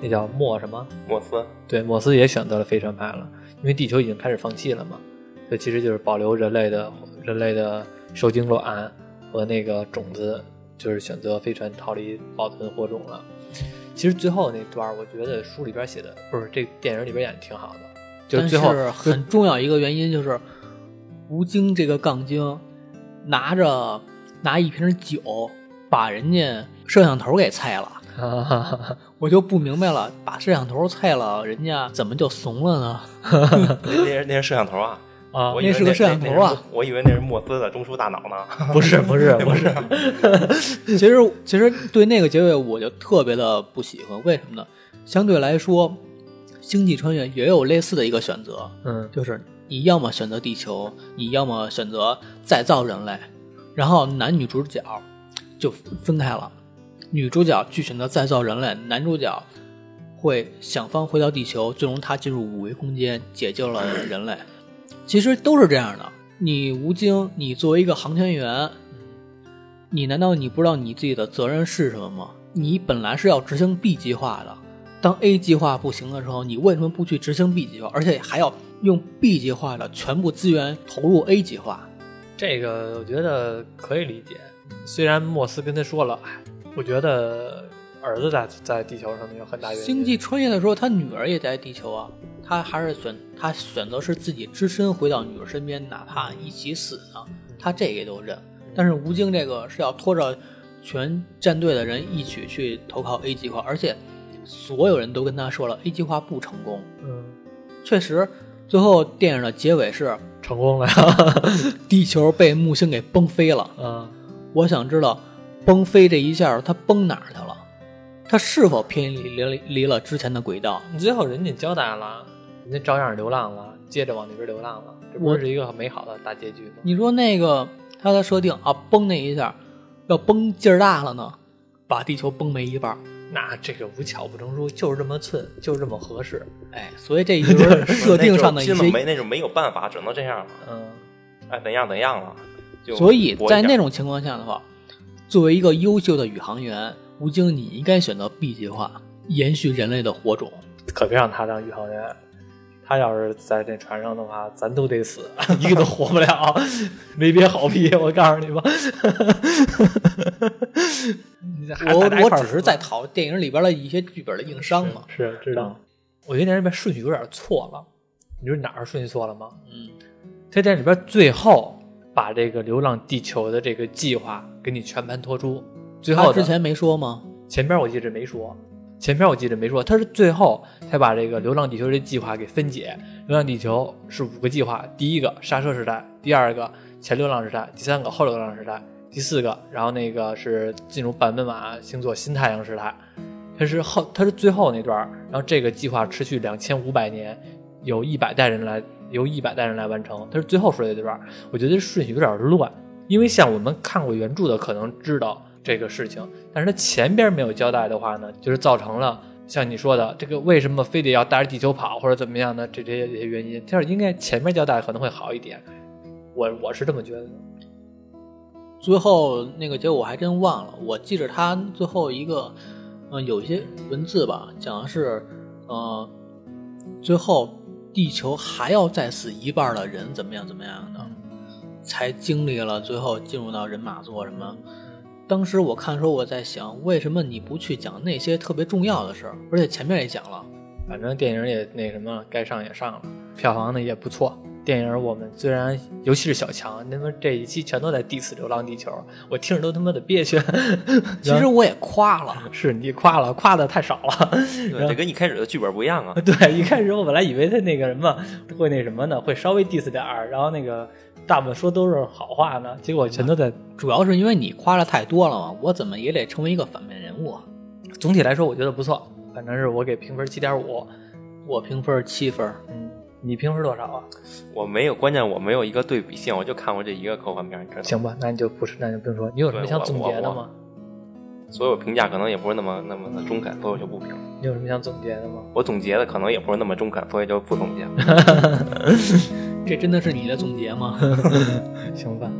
S1: 那叫莫什么？
S2: 莫
S3: *laughs*
S2: 斯，
S1: 对，莫斯也选择了飞船派了，因为地球已经开始放弃了嘛，所以其实就是保留人类的人类的受精卵和那个种子，就是选择飞船逃离保存火种了。其实最后那段儿，我觉得书里边写的不是这电影里边演的挺好的，就是
S3: 但
S1: 最后
S3: 是很重要一个原因就是，吴京这个杠精拿着拿一瓶酒把人家摄像头给菜了。
S1: 啊，
S3: 我就不明白了，把摄像头菜了，人家怎么就怂了呢？
S2: 那那是那是摄像头啊！
S1: *laughs* 啊
S2: 我以为
S3: 那是个摄像头啊！
S2: 那是我以为那是莫斯的中枢大脑呢。
S1: 不是不是不是，
S3: 其实，其实对那个结尾我就特别的不喜欢，为什么呢？相对来说，《星际穿越》也有类似的一个选择，
S1: 嗯，
S3: 就是你要么选择地球，你要么选择再造人类，然后男女主角就分开了，女主角去选择再造人类，男主角会想方回到地球，最终他进入五维空间，解救了人类。其实都是这样的。你吴京，你作为一个航天员，你难道你不知道你自己的责任是什么吗？你本来是要执行 B 计划的，当 A 计划不行的时候，你为什么不去执行 B 计划，而且还要用 B 计划的全部资源投入 A 计划？
S1: 这个我觉得可以理解，虽然莫斯跟他说了，哎我觉得儿子在在地球上面有很大原因。
S3: 星际穿越的时候，他女儿也在地球啊，他还是选他选择是自己只身回到女儿身边，哪怕一起死呢，他这个都认。但是吴京这个是要拖着全战队的人一起去投靠 A 计划，而且所有人都跟他说了 A 计划不成功。
S1: 嗯，
S3: 确实，最后电影的结尾是
S1: 成功了 *laughs* 呀，
S3: 地球被木星给崩飞了。
S1: 嗯，
S3: 我想知道，崩飞这一下它崩哪儿去了？它是否偏离离离了之前的轨道？
S1: 最后人家交代了，人家照样流浪了，接着往那边流浪了，这不
S3: 我
S1: 是一个很美好的大结局吗？
S3: 你说那个它的设定啊，崩那一下，要崩劲儿大了呢，把地球崩没一半儿。
S1: 那这个无巧不成书，就是这么寸，就是这么合适。
S3: 哎，所以这就是 *laughs* 设定上的一
S2: 那就是拼了没
S3: 些。
S2: 那就没有办法，只能这样了。
S1: 嗯，
S2: 哎，怎样怎样了？就
S3: 所以
S2: 搏一
S3: 在
S2: 下
S3: 那种情况下的话，作为一个优秀的宇航员，吴京，你应该选择 B 计划，延续人类的火种。
S1: 可别让他当宇航员。他要是在那船上的话，咱都得死， *laughs* 一个都活不了，没憋好屁！我告诉你吧，你这还
S3: *laughs* 我
S1: 大家一
S3: 我
S1: 块儿
S3: 只是
S1: 死
S3: 在讨电影里边的一些剧本的硬伤嘛。
S1: 是知道。
S3: 嗯
S1: 我觉得那里边顺序有点错了，你说哪儿顺序错了吗？
S3: 嗯，
S1: 他在里边最后把这个流浪地球的这个计划给你全盘托出，最后
S3: 他
S1: 的
S3: 之前没说吗？
S1: 前边我一直没说，前篇我记得没说，他是最后才把这个《流浪地球》这计划给分解。《流浪地球》是五个计划：第一个刹车时代，第二个前流浪时代，第三个后流浪时代，第四个，然后那个是进入版本马星座新太阳时代。它是后，它是最后那段儿。然后这个计划持续两千五百年，由一百代人来，由一百代人来完成。它是最后说的这段儿，我觉得顺序有点乱，因为像我们看过原著的可能知道这个事情，但是它前边没有交代的话呢，就是造成了像你说的这个为什么非得要带着地球跑或者怎么样呢？这这些这些原因，它是应该前面交代可能会好一点。我我是这么觉得的。
S3: 最后那个结果我还真忘了，我记着他最后一个，嗯、有一些文字吧，讲的是，呃，最后地球还要再死一半的人怎么样怎么样的，
S1: 嗯
S3: 才经历了最后进入到人马座什么。当时我看的时候，我在想，为什么你不去讲那些特别重要的事儿？而且前面也讲了，
S1: 反正电影也那什么，该上也上了，票房呢也不错。电影我们虽然，尤其是小强，他妈这一期全都在 diss《流浪地球》，我听着都他妈的憋屈。 *laughs*
S3: 其实我也夸了，
S1: 是你夸了，夸的太少了。
S2: 对这跟一开始的剧本不一样
S3: *laughs*
S2: 啊。
S1: *laughs* 对，一开始我本来以为他那个什么会那什么呢，会稍微 diss 点儿，然后那个大部分说都是好话呢，结果全都在。
S3: 主要是因为你夸的太多了嘛，我怎么也得成为一个反面人物。
S1: *laughs*
S3: 啊
S1: 总体来说，我觉得不错，反正是我给评分七点五。
S3: 我评分七分，
S1: 嗯，你评分多少啊？
S2: 我没有，关键我没有一个对比性，我就看过这一个科幻片，你知道吗？
S1: 行吧，那你就不是，那就不用说。你有什么想总结的
S2: 对我
S1: 吗？
S2: 所以我评价可能也不是那么那么的中肯，所以我就不评。
S1: 你有什么想总结的吗？ *laughs*
S2: 我总结的可能也不是那么中肯，所以就不总结了。
S3: 这真的是你的总结吗？
S1: 行吧，